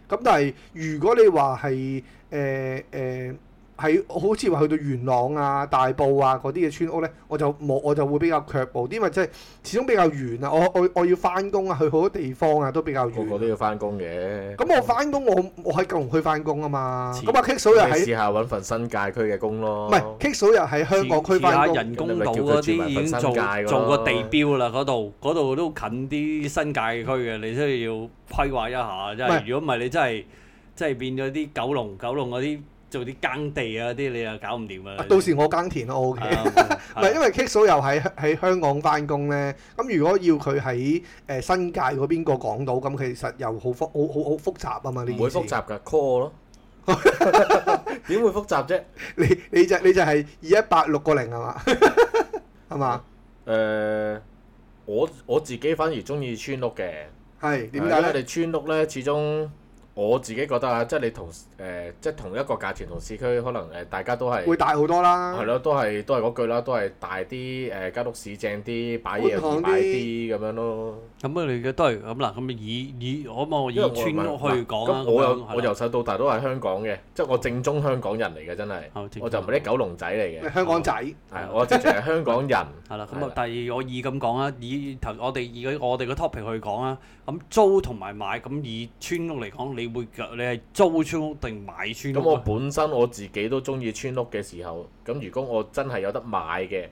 Speaker 1: 咁但係如果你話係誒誒係好似話去到元朗啊、大埔啊嗰啲嘅村屋咧，我就冇我就會比較卻步啲，因為即係始終比較遠啊，我我我要翻工啊，去好多地方啊都比較
Speaker 2: 個個都
Speaker 1: 遠。
Speaker 2: 要翻工嘅。
Speaker 1: 咁我翻工我我喺九龍區翻工啊嘛，
Speaker 3: 似
Speaker 1: 咁啊 Kick 嫂又
Speaker 2: 你試
Speaker 1: 喺
Speaker 2: 下揾份新界區嘅工咯。
Speaker 1: 唔係 Kick 嫂又喺香港區
Speaker 3: 似下
Speaker 1: 翻工。
Speaker 3: 人工島嗰啲已經做做過地標啦，嗰度嗰度都近啲新界區嘅，你真係要規劃一下。真
Speaker 1: 唔
Speaker 3: 係
Speaker 1: 係
Speaker 3: 如果唔係，你真係真係變咗啲九龍九龍嗰啲做啲耕地啊嗰啲，你又搞唔掂啊
Speaker 1: 啊！到時我耕田咯，我 OK。唔係因為 Kick 嫂又喺喺香港翻工咧，咁如果要佢喺誒新界嗰邊個港島，咁其實又好複好好好複雜啊嘛呢
Speaker 2: 唔會
Speaker 1: 件事
Speaker 2: 複。雜㗎，call 咯。點會複雜啫？
Speaker 1: 你你就你就係二一八六個零係啊嘛？ 係嘛？
Speaker 2: 誒、我我自己反而中意村屋嘅，
Speaker 1: 係點解
Speaker 2: 係因
Speaker 1: 咧？
Speaker 2: 為你村屋咧，始終我自己覺得啊，即係你同誒、呃即係同一個價錢同市區，可能誒、呃大家都係
Speaker 1: 會大好多啦
Speaker 2: 係。咯，都係都係嗰句啦，都係大啲誒，間屋市正啲，擺嘢
Speaker 1: 寬
Speaker 2: 易
Speaker 1: 敞
Speaker 2: 擺
Speaker 1: 啲
Speaker 2: 啲咁樣咯。
Speaker 3: 咁啊，你嘅都係咁啦。咁以以可唔可以
Speaker 2: 因為我
Speaker 3: 村
Speaker 2: 唔
Speaker 3: 屋
Speaker 2: 係
Speaker 3: 去講啊？
Speaker 2: 咁我
Speaker 3: 樣
Speaker 2: 又
Speaker 3: 係啦
Speaker 2: 我由細到大都係香港嘅，即係我正宗香港人嚟嘅，真係
Speaker 3: 好正宗
Speaker 2: 我就唔係啲九龍仔 嚟嘅，
Speaker 1: 香港仔
Speaker 2: 係我直情係香港人。係
Speaker 3: 係啦，咁啊
Speaker 2: 啦，
Speaker 3: 但係我以咁講啦，以頭我哋以我哋個 topic 去講啦，咁租同埋買，咁以村屋嚟講，你會你係租村屋定買村
Speaker 2: 咁
Speaker 3: 屋
Speaker 2: 我
Speaker 3: 啊？
Speaker 2: 本身我自己都中意村屋嘅時候，咁如果我真係有得買嘅，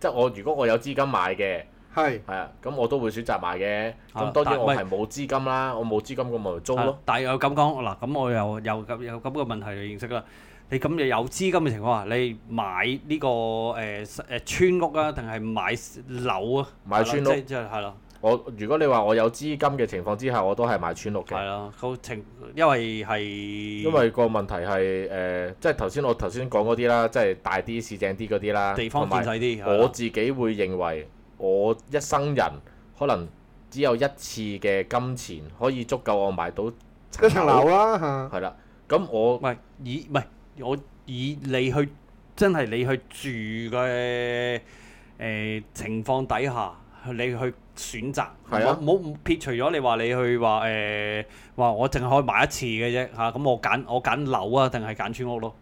Speaker 2: 即係我如果我有資金買嘅，
Speaker 1: 係
Speaker 2: 係啊，咁我都會選擇買嘅。
Speaker 3: 啊
Speaker 2: 咁當
Speaker 3: 但
Speaker 2: 然我
Speaker 3: 喂
Speaker 2: 係冇資金啦，我冇資金咁我咪租
Speaker 3: 係啦
Speaker 2: 咯。
Speaker 3: 但係又咁講嗱，咁我又又咁有咁嘅問題嚟認識啦。你咁又有資金嘅情況下，你買呢、個誒誒、村屋啊，定係買樓啊？
Speaker 2: 買村屋
Speaker 3: 係啦即即係係啦，
Speaker 2: 我如果你話我有資金嘅情況之下，我都係買村屋嘅
Speaker 3: 係。啦，個情因為係
Speaker 2: 因為個問題係誒、呃即係頭先我頭先講嗰啲啦，即係大啲、市正啲嗰啲啦，
Speaker 3: 地方
Speaker 2: 同
Speaker 3: 建
Speaker 2: 埋
Speaker 3: 制啲，係啦
Speaker 2: 我自己會認為，我一生人可能只有一次嘅金錢可以足夠我買到
Speaker 1: 一層樓啦嚇，
Speaker 2: 係啦。咁我
Speaker 3: 喂，以唔係我以你去真係你去住嘅誒、呃情況底下，你去選擇，
Speaker 2: 係啊
Speaker 3: 唔好唔好撇除咗你話你去話誒話我淨係可以買一次嘅啫嚇，咁、我揀我揀樓啊，定係揀村屋咯？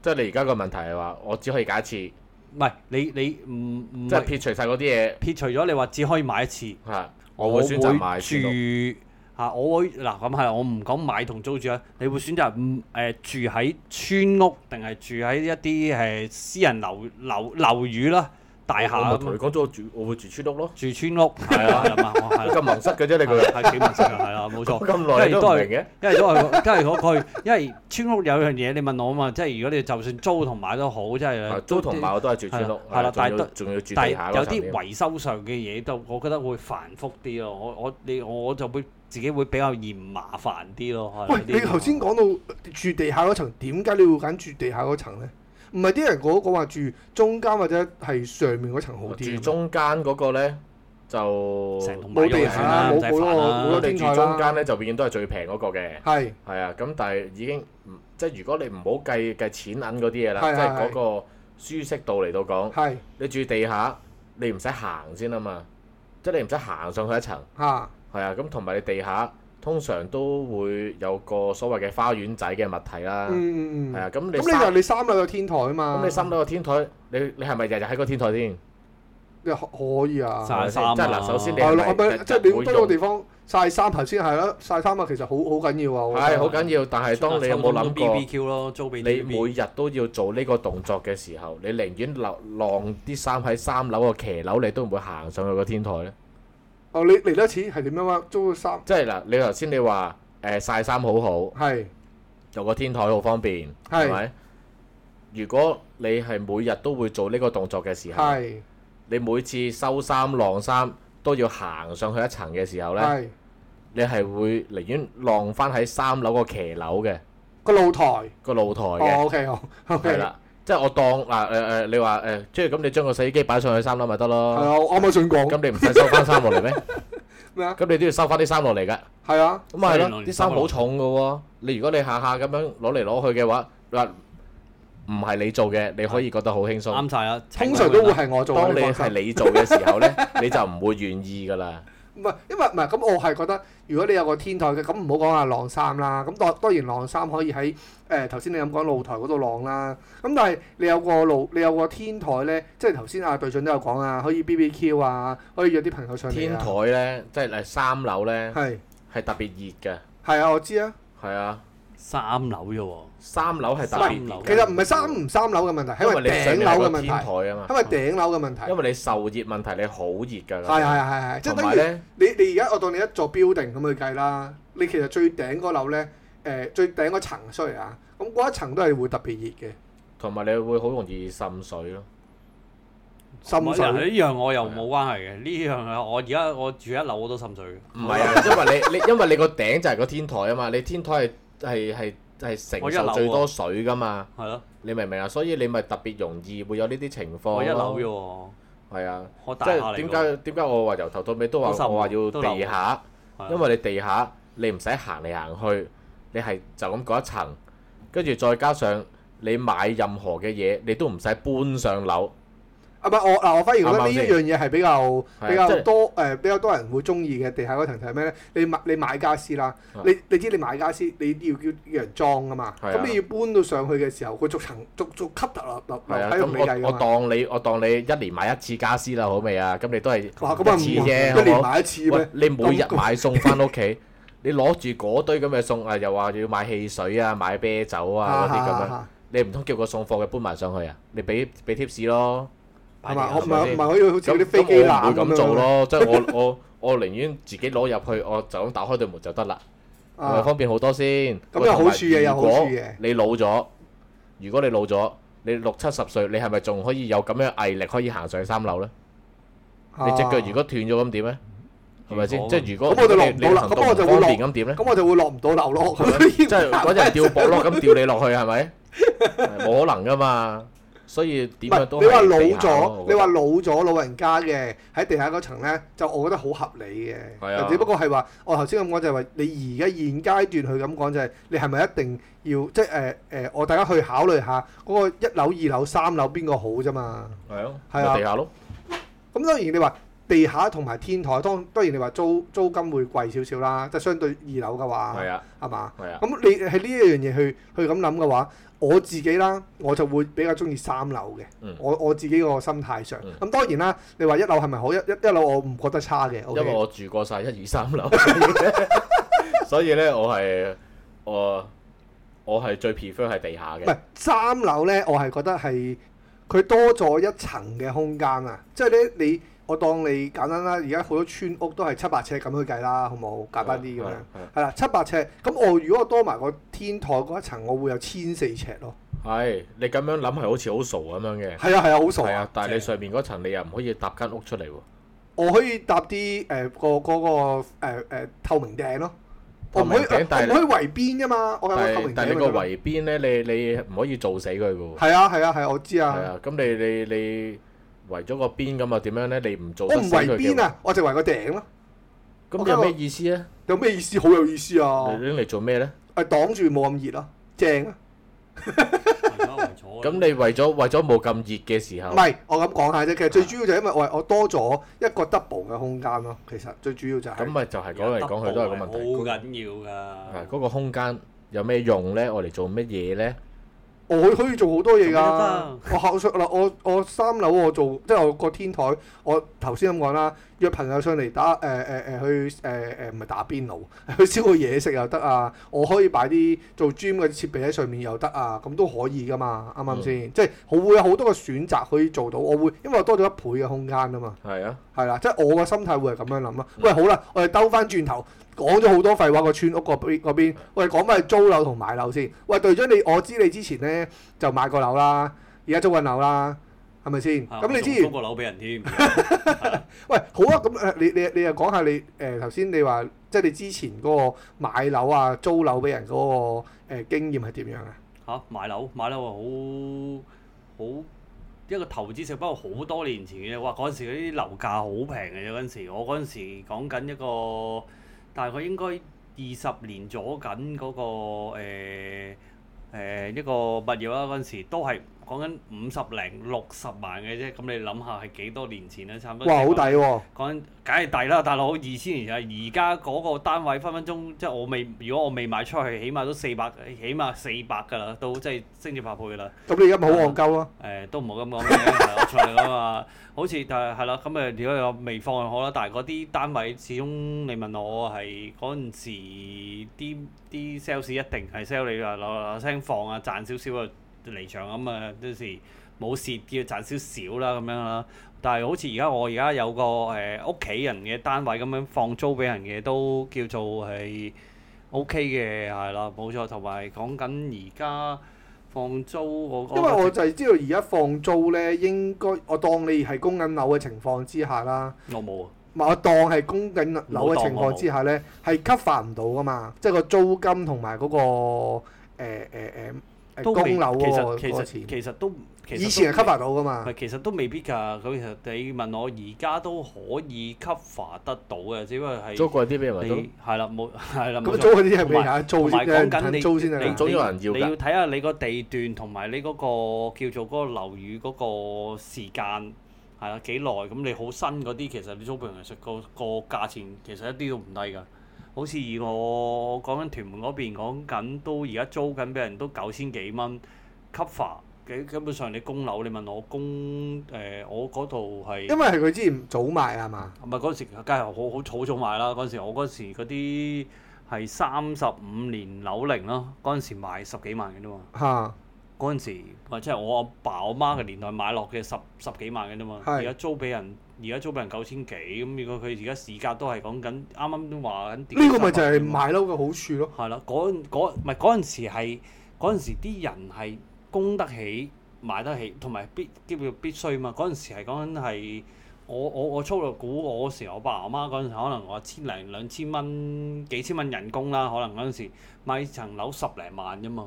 Speaker 2: 即係你而家個問題係話，我只可以揀一次，即
Speaker 3: 唔係你你唔唔
Speaker 2: 係
Speaker 3: 係
Speaker 2: 撇除晒嗰啲嘢
Speaker 3: 撇除咗你話只可以買一次。
Speaker 2: 嚇，我會選擇買村屋。
Speaker 3: 住嚇，我會嗱咁係，我唔講買同租住啊，你會選擇唔誒、住喺村屋定係住喺一啲誒、私人樓樓樓宇啦、大廈
Speaker 2: 我咪
Speaker 3: 啦
Speaker 2: 同你講咗，我住我會住村屋咯，
Speaker 3: 住村屋係啊係啊嘛，我係
Speaker 2: 咁
Speaker 3: 啦
Speaker 2: 盲塞嘅啫，你
Speaker 3: 係
Speaker 2: 個人
Speaker 3: 啦係幾文色啊，係啦冇錯。
Speaker 2: 咁耐你都唔明
Speaker 3: 因為
Speaker 2: 嘅。
Speaker 3: 因為都係，因為嗰句，因為村屋有樣嘢你問我啊嘛，即係如果你就算租同買都好，即係
Speaker 2: 啊租同埋我都係住村屋，啊
Speaker 3: 係啦
Speaker 2: 仲要
Speaker 3: 但係都
Speaker 2: 仲要住
Speaker 3: 但
Speaker 2: 地
Speaker 3: 係
Speaker 2: 下
Speaker 3: 有
Speaker 2: 嗰層
Speaker 3: 啲
Speaker 2: 添
Speaker 3: 維修上嘅嘢就我覺得會繁複啲咯。我我你我就會自己會比較嫌麻煩啲咯。可能
Speaker 1: 喂，
Speaker 3: 呢啲
Speaker 1: 你頭先講到住地下嗰層，點解你會揀住地下嗰層咧？唔係啲人講講話住中間或者係上面嗰層好啲。
Speaker 2: 哦住中間嗰個咧就
Speaker 3: 成棟
Speaker 1: 冇地
Speaker 3: 買咗佢先啦
Speaker 1: 下，冇
Speaker 3: 唔使
Speaker 1: 冇嗰個
Speaker 3: 煩啦
Speaker 1: 冇
Speaker 2: 我
Speaker 1: 嗰個
Speaker 2: 哋
Speaker 1: 天
Speaker 2: 住
Speaker 1: 台
Speaker 2: 中間
Speaker 1: 啊啦。
Speaker 2: 咧就永遠都係最平嗰個嘅，
Speaker 1: 係
Speaker 2: 係啊。咁但係已經唔即係如果你唔好計計錢銀嗰啲嘢啦，
Speaker 1: 係
Speaker 2: 即係嗰
Speaker 1: 係
Speaker 2: 個舒適度嚟到講，
Speaker 1: 係
Speaker 2: 你住地下你唔使行先啊嘛，即係你唔使行上去一層，
Speaker 1: 嚇
Speaker 2: 係啊。咁同埋你地下通常都會有個所謂嘅花園仔嘅物體啦，
Speaker 1: 嗯嗯
Speaker 2: 係
Speaker 1: 嗯。
Speaker 2: 啊。咁你
Speaker 1: 咁你話
Speaker 2: 三
Speaker 1: 你三樓有天台啊嘛？
Speaker 2: 咁你三樓個天台，你你係咪日日喺個天台先？
Speaker 1: 你可可以啊？
Speaker 3: 曬衫啊
Speaker 2: 即係嗱，首先你
Speaker 1: 係
Speaker 2: 係
Speaker 1: 咯，
Speaker 2: 咪
Speaker 1: 係咪
Speaker 2: 日
Speaker 1: 即係你
Speaker 2: 日會
Speaker 1: 多個
Speaker 2: 用
Speaker 1: 地方曬衫？頭先係啦，曬衫啊，其實好好緊要啊。我覺得
Speaker 2: 係好緊要，但係
Speaker 3: 啊
Speaker 2: 當你有冇諗過，
Speaker 3: BBQ 咯，租俾
Speaker 2: 你
Speaker 3: TVB
Speaker 2: 每日都要做呢個動作嘅時候，你寧願流晾啲衫喺三樓個騎樓，你都唔會行上去個天台呢？
Speaker 1: 哦，你嚟得次係點樣啊？租個衫
Speaker 2: 即係嗱，你頭先你話誒曬衫好好，
Speaker 1: 係
Speaker 2: 有個天台好方便，
Speaker 1: 係
Speaker 2: 係咪？如果你係每日都會做呢個動作嘅時候，
Speaker 1: 係
Speaker 2: 你每次收衫晾衫都要行上去一層嘅時候呢，
Speaker 1: 係
Speaker 2: 你係會寧願晾翻喺三樓個騎樓嘅
Speaker 1: 個露台。
Speaker 2: 個露台嘅。
Speaker 1: 哦，OK，好
Speaker 2: 係
Speaker 1: ，OK。
Speaker 2: 啦，即係我當嗱誒誒，你話誒，即係咁你將個洗衣機擺上去三樓咪得
Speaker 1: 係
Speaker 2: 咯。
Speaker 1: 啊，我啱啱想講
Speaker 2: 咁你唔使收翻衫落嚟咩？
Speaker 1: 咩啊？
Speaker 2: 咁你都要收翻啲衫落嚟㗎。
Speaker 1: 係啊，
Speaker 2: 咁咪係
Speaker 3: 收落
Speaker 2: 咯，
Speaker 3: 嚟
Speaker 2: 啲衫好重㗎喎。你如果你下下咁樣攞嚟攞去嘅話，嗱唔係你做嘅，你可以覺得好輕鬆。
Speaker 3: 啱晒啦，
Speaker 1: 通常都會
Speaker 3: 請
Speaker 1: 係我做嘅。
Speaker 2: 當你
Speaker 1: 放心
Speaker 2: 係你做嘅時 候呢，你就唔會願意㗎啦。
Speaker 1: 唔係，因為唔係咁，我係覺得如果你有個天台嘅，咁唔好講話晾衫啦。咁當當然晾衫可以喺誒頭先你咁講露台嗰度晾啦。咁但係你有個露，你有個天台咧，即係頭先阿隊長都有講啊，可以 BBQ 啊，可以約啲朋友上嚟啊
Speaker 2: 天台呢，即係誒三樓呢，
Speaker 1: 係
Speaker 2: 係特別熱㗎。
Speaker 1: 係啊，我知啊。
Speaker 2: 係啊，
Speaker 3: 三樓啫喎，
Speaker 2: 三樓係特別熱
Speaker 3: 唔係
Speaker 2: 㗎。
Speaker 1: 其實唔係三唔三樓嘅問題，係因
Speaker 2: 因
Speaker 1: 為
Speaker 2: 為你上
Speaker 1: 頂
Speaker 2: 面係
Speaker 1: 樓嘅
Speaker 2: 個
Speaker 1: 問
Speaker 2: 天台
Speaker 1: 題，
Speaker 2: 啊嘛
Speaker 1: 因。為頂樓嘅問題。
Speaker 2: 因為你受熱問題，你好熱㗎。
Speaker 1: 係係係係，即係
Speaker 2: 同
Speaker 1: 等
Speaker 2: 埋
Speaker 1: 於
Speaker 2: 咧，
Speaker 1: 你你而家我當你一座 building 咁去計啦，你其實最頂嗰樓咧，誒、最頂嗰層 sorry 啊，咁嗰一層都係會特別熱嘅，
Speaker 2: 同埋你會好容易滲水咯。
Speaker 1: 滲
Speaker 3: 唔係呢
Speaker 1: 水
Speaker 3: 樣我又冇關係嘅，呢樣啊我而家我住一樓我都滲水嘅，
Speaker 2: 唔係啊，因為你你因為你個頂就係個天台啊嘛，你天台係係係係承
Speaker 3: 我一樓
Speaker 2: 受
Speaker 3: 啊
Speaker 2: 最多水噶嘛，
Speaker 3: 係咯，
Speaker 2: 你明唔明啊？所以你咪特別容易會有呢啲情況。
Speaker 3: 我一樓嘅喎，
Speaker 2: 係啊，
Speaker 3: 我大
Speaker 2: 即
Speaker 3: 廈
Speaker 2: 係
Speaker 3: 嚟
Speaker 2: 點
Speaker 3: 嘅喎，
Speaker 2: 解點解我話由頭到尾都
Speaker 3: 都受
Speaker 2: 話我話要
Speaker 3: 都留
Speaker 2: 地下，
Speaker 3: 係啊
Speaker 2: 因為你地下你唔使行嚟行去，你係就咁嗰一層，跟住再加上你買任何嘅嘢，你都唔使搬上樓。
Speaker 1: 啊唔係我嗱，我反而覺得呢一
Speaker 2: 啱
Speaker 1: 樣嘢係比較
Speaker 2: 係啊
Speaker 1: 比較
Speaker 2: 即係
Speaker 1: 多誒、比較多人會中意嘅地下嗰層就係咩咧？你買你買家私啦，
Speaker 2: 啊
Speaker 1: 你你知你買家私你要叫要人裝噶嘛，
Speaker 2: 係啊
Speaker 1: 咁你要搬到上去嘅時候，佢逐層逐逐級突落落落
Speaker 2: 係啊，
Speaker 1: 喺度俾計
Speaker 2: 咁我
Speaker 1: 噶
Speaker 2: 我
Speaker 1: 嘛。
Speaker 2: 當你我當你一年買一次家私啦，好未啊？咁你都係一次
Speaker 1: 哇！咁啊唔
Speaker 2: 啫，好
Speaker 1: 一年
Speaker 2: 冇？
Speaker 1: 買一次
Speaker 2: 喂
Speaker 1: 咩？
Speaker 2: 你每日
Speaker 1: 咁
Speaker 2: 買餸翻屋 企，你攞住嗰堆咁嘅餸啊，又話要買汽水啊、買啤酒啊嗰啲咁樣，
Speaker 1: 啊
Speaker 2: 你唔通叫個送貨嘅搬埋上去啊？你俾俾 tips 咯。
Speaker 1: 係嘛？
Speaker 3: 啊
Speaker 1: 我
Speaker 2: 我
Speaker 1: 唔係唔係可以好似嗰啲飛機
Speaker 2: 我唔
Speaker 1: 艦
Speaker 2: 會咁
Speaker 1: 樣
Speaker 2: 做。咯，即係 我我我寧願自己攞入去，我就咁打開對門就得啦，係咪
Speaker 1: 啊
Speaker 2: 方便好多先？
Speaker 1: 咁有好處嘅
Speaker 2: 喂
Speaker 1: 有好處嘅。
Speaker 2: 同埋如果你老咗，如果你老咗，你六七十歲，你係咪仲可以有咁樣毅力可以行上三樓呢？
Speaker 1: 啊
Speaker 2: 你隻腳如
Speaker 1: 果
Speaker 2: 果斷咗咁點呢？係咪
Speaker 3: 如
Speaker 2: 先？
Speaker 3: 果
Speaker 2: 即係如果
Speaker 1: 哦咁我就落唔
Speaker 2: 你
Speaker 1: 到啦
Speaker 2: 行動
Speaker 1: 咁我就
Speaker 2: 唔
Speaker 1: 會
Speaker 2: 方
Speaker 1: 落
Speaker 2: 便咁點呢？
Speaker 1: 咁我就會落唔到樓咯。 咁已
Speaker 2: 即
Speaker 1: 經
Speaker 2: 係嗰人吊博咯，咁吊你落去 係咪？冇可能噶嘛，所以
Speaker 1: 唔
Speaker 2: 點樣
Speaker 1: 係
Speaker 2: 都
Speaker 1: 你話
Speaker 2: 係
Speaker 1: 老
Speaker 2: 地下咯
Speaker 1: 咗，
Speaker 2: 我
Speaker 1: 你
Speaker 2: 覺得
Speaker 1: 話老咗老人家嘅喺地下嗰層咧，就我覺得好合理嘅。
Speaker 2: 係啊
Speaker 1: 只不過係話我頭先咁講就係話，你而家現階段去咁講就係你係咪一定要即係誒誒，我大家去考慮下嗰個一樓、二樓、三樓邊個好啫嘛。
Speaker 2: 係啊，
Speaker 1: 係啊
Speaker 2: 咪地下咯，
Speaker 1: 咁當然你話地下同埋天台，當當然你話租租金會貴少少啦，即係相對二樓嘅話
Speaker 2: 係，啊，
Speaker 1: 係嘛？
Speaker 2: 係啊。
Speaker 1: 咁你喺呢一樣嘢去去咁諗嘅話，我自己啦，我就會比較中意三樓嘅。
Speaker 2: 嗯
Speaker 1: 我我自己個心態上，咁、
Speaker 2: 嗯
Speaker 1: 當然啦，你話一樓係咪好？一一一樓我唔覺得差嘅。
Speaker 2: 因
Speaker 1: O
Speaker 2: 為
Speaker 1: K，
Speaker 2: 我住過晒一二三樓，所以咧 我係我我係最 prefer 係地下
Speaker 1: 唔
Speaker 2: 嘅
Speaker 1: 係，三樓咧，我係覺得係佢多咗一層嘅空間啊！即係咧，你我當你簡單啦，而家好多村屋都係七百尺咁去計啦，好冇簡單啲咁樣
Speaker 2: 係。係
Speaker 1: 係啦，七百尺，咁我如果我多埋個天台嗰一層，我會有千四尺咯。
Speaker 2: 係你咁樣諗係好似好傻咁樣嘅，
Speaker 1: 係啊係啊，好傻
Speaker 2: 係
Speaker 1: 啊！
Speaker 2: 啊！但係你上面嗰層你又唔可以搭間屋出嚟喎，
Speaker 1: 我可以搭啲誒個嗰個誒誒透明頂咯。我唔可以，呃
Speaker 2: 透明頂
Speaker 1: 我唔
Speaker 2: 但係
Speaker 1: 可以圍邊噶嘛，我有
Speaker 2: 但
Speaker 1: 個透
Speaker 2: 係
Speaker 1: 明頂
Speaker 2: 但係
Speaker 1: 咪
Speaker 2: 你
Speaker 1: 得
Speaker 2: 個
Speaker 1: 咯。
Speaker 2: 圍邊咧，你你唔可以做死佢嘅喎，
Speaker 1: 係啊係啊係啊，我知
Speaker 2: 係
Speaker 1: 啊。
Speaker 2: 啊！咁你你你圍咗個邊咁啊點樣咧？你唔做
Speaker 1: 我
Speaker 2: 得
Speaker 1: 唔
Speaker 2: 死
Speaker 1: 圍
Speaker 2: 佢
Speaker 1: 邊
Speaker 2: 嘅，
Speaker 1: 啊，我就圍個頂咯。
Speaker 2: 咁有咩意思咧？
Speaker 1: 有咩意思？好有意思啊！
Speaker 2: 你拎嚟做咩咧？
Speaker 1: 誒擋住冇咁熱咯，正啊！
Speaker 3: 啊
Speaker 2: 咁你為咗為咗冇咁熱嘅時候
Speaker 1: 唔。係我咁講下啫，其實最主要就係因為我我多咗一個 double 嘅空間咯。其實最主要就
Speaker 2: 咁
Speaker 1: 係
Speaker 2: 咪就
Speaker 3: Dạ,
Speaker 2: 係講嚟講去都係個問題。嗰個
Speaker 3: 好緊要
Speaker 2: 係
Speaker 3: 噶。
Speaker 2: 嗰個空間有咩用咧？我嚟做乜嘢咧？
Speaker 1: 我可以可以做好多嘢㗎
Speaker 3: 咁都。
Speaker 1: 我後上嗱，我我三樓我做即係我個天台，我頭先咁講啦，約朋友上嚟打誒誒誒去誒誒唔係打邊爐， 去燒個嘢食又得啊。我可以擺啲做 gym 嘅設備喺上面又得啊，咁都可以㗎嘛，啱唔啱先？即係我會有好多嘅選擇可以做到，我會因為我多咗一倍嘅空間啊嘛。
Speaker 2: 係啊，
Speaker 1: 係啦，即係我個心態會係咁樣諗咯。喂，好啦，我哋兜翻轉頭講咗好多廢話個村屋嗰邊嗰邊，我哋講翻去租樓同買樓先。喂，隊長你我知你之前咧就買過樓啦，而家租緊樓啦，係咪先？咁你之
Speaker 3: 租
Speaker 1: 前
Speaker 3: 個樓俾人添，
Speaker 1: 喂好啊，咁誒你你你又講下你誒頭先你話即係你之前嗰個買樓啊租樓俾人嗰、個誒、經驗係點樣啊？
Speaker 3: 嚇買樓買樓啊，好好一個投資性，不過好多年前嘅啫。哇！嗰陣時嗰啲樓價好平嘅啫。嗰陣時我嗰陣時講緊一個大概應該二十年左緊嗰個誒誒一個物業啦。嗰陣時都係講緊五十零六十萬嘅啫。咁你諗下係幾多年前咧？差唔多
Speaker 1: 哇，好抵喎！
Speaker 3: 講緊梗係抵啦，大佬二千年就係而家嗰個單位分分鐘，即係我未如果我未賣出去，起碼都四百，起碼四百㗎啦，都即係升至百倍㗎啦。
Speaker 1: 咁你而家咪好戇鳩咯？
Speaker 3: 誒、都唔好咁講嘅，係我錯嚟㗎嘛。好似但係係啦，咁誒如果我未放就好啦，但係嗰啲單位始終你問我係嗰陣時啲啲 sales 一定係 sell 你話嗱嗱聲放啊，賺少少啊離場咁啊，有時冇蝕叫賺少少啦咁樣啦。但係好似而家我而家有個誒屋企人嘅單位咁樣放租俾人嘅，都叫做係 OK 嘅係啦，冇錯。同埋講緊而家放租我
Speaker 1: 因為我就係知道而家放租咧，應該我當你係供緊樓嘅情況之下啦。
Speaker 3: 我冇啊。
Speaker 1: 唔係我當係供緊樓嘅情況之下咧，係 cover 唔到噶嘛，即係個租金同埋嗰個誒誒誒誒
Speaker 3: 都未
Speaker 1: 供樓
Speaker 3: 其
Speaker 1: 喎
Speaker 3: 實其
Speaker 1: 嗰個
Speaker 3: 實
Speaker 1: 錢，
Speaker 3: 其實都其實
Speaker 1: 以
Speaker 3: 都
Speaker 1: 前係
Speaker 3: 未
Speaker 1: cover 到噶嘛
Speaker 3: 唔係，。其實都未必㗎。咁其實你問我而家都可以 cover 得到嘅，只不過
Speaker 2: 租
Speaker 3: 係
Speaker 2: 貴啲俾人咪得咯
Speaker 3: 你係啦，冇係啦，冇
Speaker 1: 咁
Speaker 3: 錯
Speaker 1: 租嗰啲係咩
Speaker 3: 同
Speaker 1: 啊？租
Speaker 3: 同埋
Speaker 1: 先啫，
Speaker 3: 講緊你
Speaker 1: 肯租先
Speaker 3: 你
Speaker 1: 啊
Speaker 2: 總。有人要㗎
Speaker 3: 你要睇下你個地段同埋你嗰個叫做嗰個樓宇嗰個時間係啦幾耐。咁你好新嗰啲，其實你租俾人其實個個價錢其實一啲都唔低㗎。好似以我講緊屯門嗰邊講緊，都而家租緊俾人都九千幾蚊 cover。基基本上你供樓，你問我供誒、呃我嗰度係
Speaker 1: 因為係佢之前早賣啊嘛，
Speaker 3: 唔係嗰陣時，梗係好好草早買啦。嗰陣時我嗰陣時嗰啲係三十五年樓齡咯，嗰陣時買十幾萬嘅啫嘛。
Speaker 1: 嚇
Speaker 3: 嗰陣時或者係我阿爸我媽嘅年代買落嘅十十幾萬嘅啫嘛。
Speaker 1: 係
Speaker 3: 而家租俾人，而家租俾人九千幾咁。如果佢而家市價都係講緊，啱啱都話緊
Speaker 1: 呢個咪就係
Speaker 3: 跌
Speaker 1: 買樓嘅好處咯。
Speaker 3: 係啦，嗰嗰唔係嗰陣時係嗰陣時啲人係供得起、買得起，同埋必叫做必須嘛。嗰陣時係講緊係我我我粗略估，我嗰時我爸我媽嗰陣時可能我千零兩千蚊、幾千蚊人工啦，可能嗰陣時買層樓十零萬啫嘛。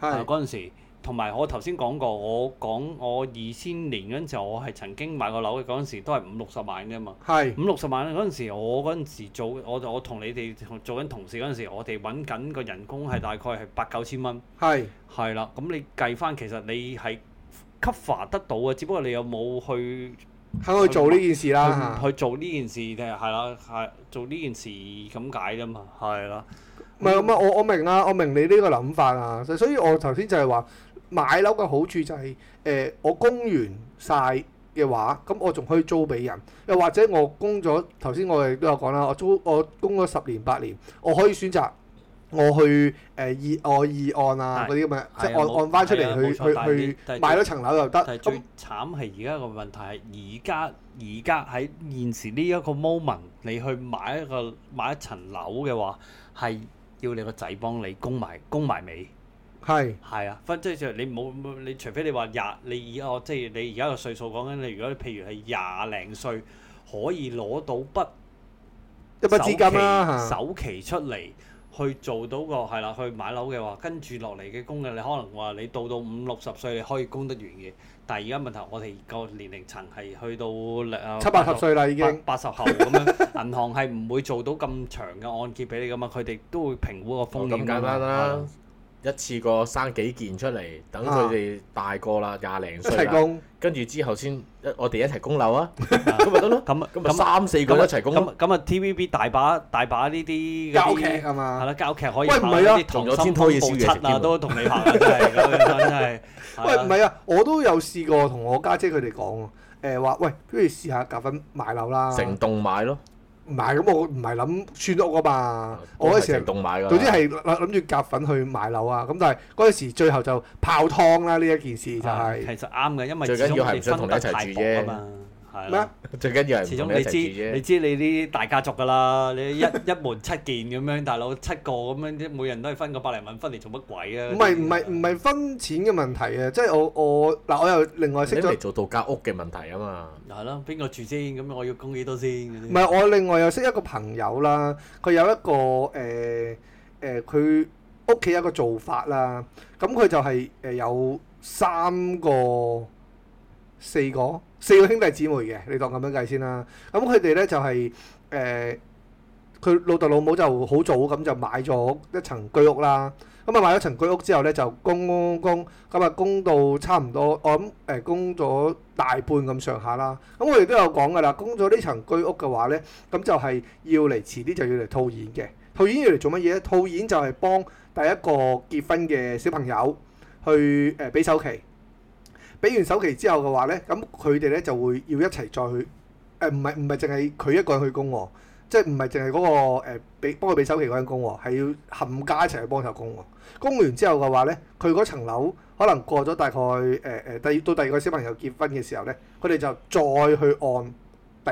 Speaker 3: 啊
Speaker 1: 係
Speaker 3: 嗰陣時，同埋我頭先講過，我講我二千年嗰陣時候，我係曾經買過樓嘅，嗰陣時都係五六十萬啫嘛。
Speaker 1: 係
Speaker 3: 五六十萬嗰陣時，我嗰陣時做我我同你哋同做緊同事嗰陣時，我哋揾緊個人工係大概係八九千蚊，
Speaker 1: 係
Speaker 3: 係啦。咁你計翻，其實你係 cover 得到嘅，只不過你有冇去
Speaker 1: 肯去做呢件事啦
Speaker 3: 去
Speaker 1: 嚇。
Speaker 3: 去做呢件事定係係啦，係做呢件事咁解啫嘛，係啦，
Speaker 1: 唔係咁啊，我我明啊，我明你呢個諗法啊。所以我頭先就係話買樓嘅好處就係、誒、我供完晒嘅話，咁我仲可以租俾人，又或者我供咗頭先我哋都有講啦，我租我供咗十年八年，我可以選擇。我去誒議我議案啊
Speaker 3: 係
Speaker 1: 嗰啲咁嘅，即係
Speaker 3: 係
Speaker 1: 按
Speaker 3: 啊冇
Speaker 1: 按翻出
Speaker 3: 係啊
Speaker 1: 嚟去
Speaker 3: 冇錯但係
Speaker 1: 去
Speaker 3: 啲但
Speaker 1: 去
Speaker 3: 係
Speaker 1: 買咗層樓又得，
Speaker 3: 但係
Speaker 1: 啊咁
Speaker 3: 最慘係而家個問題係，而家而家喺現時呢一個 moment，你去買一個買一層樓嘅話，係要你個仔幫你供埋供埋尾。
Speaker 1: 係
Speaker 3: 係啊，分即係你冇冇你除非你話廿，你而家我即係你而家個歲數講緊，你如果譬如係廿零歲可以攞到筆
Speaker 1: 一筆資金啦嚇，
Speaker 3: 首期出嚟去做到個係啦，去買樓嘅話，跟住落嚟嘅供嘅，你可能話你到到五六十歲你可以供得完嘅，但係而家問題我哋個年齡層係去到兩
Speaker 1: 七八十歲啦已
Speaker 3: 八
Speaker 1: 經，
Speaker 3: 八十後咁樣，銀行係唔會做到咁長嘅按揭俾你噶嘛，佢哋都會評估個風險
Speaker 2: 咁
Speaker 3: 㗎
Speaker 2: 簡
Speaker 3: 嘛
Speaker 1: 哦
Speaker 2: 單啦，一次過生幾件出嚟，等佢哋大個啦，廿零
Speaker 1: 一
Speaker 2: 歲
Speaker 1: 齊
Speaker 2: 啦，
Speaker 1: 供
Speaker 2: 跟住之後先一我哋一齊供樓啊，咁咪得咯，
Speaker 3: 咁
Speaker 1: 啊
Speaker 3: 啊
Speaker 2: 咁咪
Speaker 3: 咁
Speaker 2: 三四個一齊供
Speaker 3: 咁啊咁啊！TVB 大把大把呢啲
Speaker 1: 交
Speaker 3: 嗰
Speaker 1: 劇
Speaker 3: 啲
Speaker 1: 係嘛
Speaker 3: 係？啦，交劇可以
Speaker 1: 喂
Speaker 3: 拍
Speaker 1: 唔係啊
Speaker 3: 啲
Speaker 2: 同
Speaker 3: 溏
Speaker 2: 咗
Speaker 3: 心
Speaker 2: 天拖
Speaker 3: 風
Speaker 2: 夜
Speaker 3: 暴
Speaker 2: 宵夜
Speaker 3: 七
Speaker 2: 食添
Speaker 3: 啊，
Speaker 2: 喎
Speaker 3: 都同你拍啊，真 係咁樣真係。
Speaker 1: 喂，唔
Speaker 3: 係
Speaker 1: 係
Speaker 3: 啊
Speaker 1: 啊，我都有試過同我家姐佢哋講喎，誒話喂，不如試下夾份買樓啦。
Speaker 2: 成棟買咯，
Speaker 1: 唔係咁，我唔係諗村屋啊嘛，
Speaker 2: 哦都
Speaker 1: 我嗰
Speaker 2: 係
Speaker 1: 時
Speaker 2: 成
Speaker 1: 係
Speaker 2: 棟買㗎啦。
Speaker 1: 總之係諗住夾份去買樓啊，咁但係嗰陣時最後就泡湯啦呢一件事就
Speaker 2: 啊
Speaker 1: 係
Speaker 3: 其實啱嘅，因為
Speaker 2: 最緊
Speaker 3: 始
Speaker 2: 要
Speaker 3: 終
Speaker 2: 係
Speaker 3: 你
Speaker 2: 唔想同
Speaker 3: 分
Speaker 2: 你一
Speaker 3: 得
Speaker 2: 齊
Speaker 3: 太
Speaker 2: 住
Speaker 3: 薄啊
Speaker 2: 啫
Speaker 3: 嘛，係
Speaker 1: 咩啊
Speaker 3: 啦。？
Speaker 2: 最緊要係
Speaker 3: 始
Speaker 2: 唔同
Speaker 3: 終
Speaker 2: 你一
Speaker 3: 你
Speaker 2: 齊
Speaker 3: 知你
Speaker 2: 住啫。
Speaker 3: 知你啲大家族㗎啦，你一 一門七件咁樣，大佬七個咁樣，每人都係分個百零蚊分嚟做乜鬼啊？
Speaker 1: 唔係唔係唔係分錢嘅問題啊，即係我我嗱我又另外
Speaker 2: 你
Speaker 1: 識
Speaker 2: 嚟
Speaker 1: 咗，
Speaker 2: 做度假屋嘅問題啊嘛，
Speaker 3: 係咯，邊個住先？咁我要供幾多先？嗰
Speaker 1: 唔
Speaker 3: 啲
Speaker 1: 係我另外又識一個朋友啦，佢有一個誒誒佢屋企有一個做法啦，咁佢就係誒有三個。四個四個兄弟姊妹嘅，你當咁樣計先啦。咁佢哋咧就係、誒，佢、老豆老母就好早咁就買咗一層居屋啦。咁啊買咗層居屋之後咧就供供供，咁啊供到差唔多，我諗誒供咗大半咁上下啦。咁我哋都有講噶啦，供咗呢層居屋嘅話咧，咁就係要嚟遲啲就要嚟套現嘅。套現要嚟做乜嘢咧？套現就係幫第一個結婚嘅小朋友去誒俾、首期。俾完首期之後嘅話咧，咁佢哋咧就會要一齊再去誒，唔係唔係淨係佢一個人去供喎，即係唔係淨係嗰個誒俾、幫佢俾首期嗰個人供喎，係要冚家一齊去幫手供喎。供完之後嘅話咧，佢嗰層樓可能過咗大概誒誒、第到第二個小朋友結婚嘅時候咧，佢哋就再去按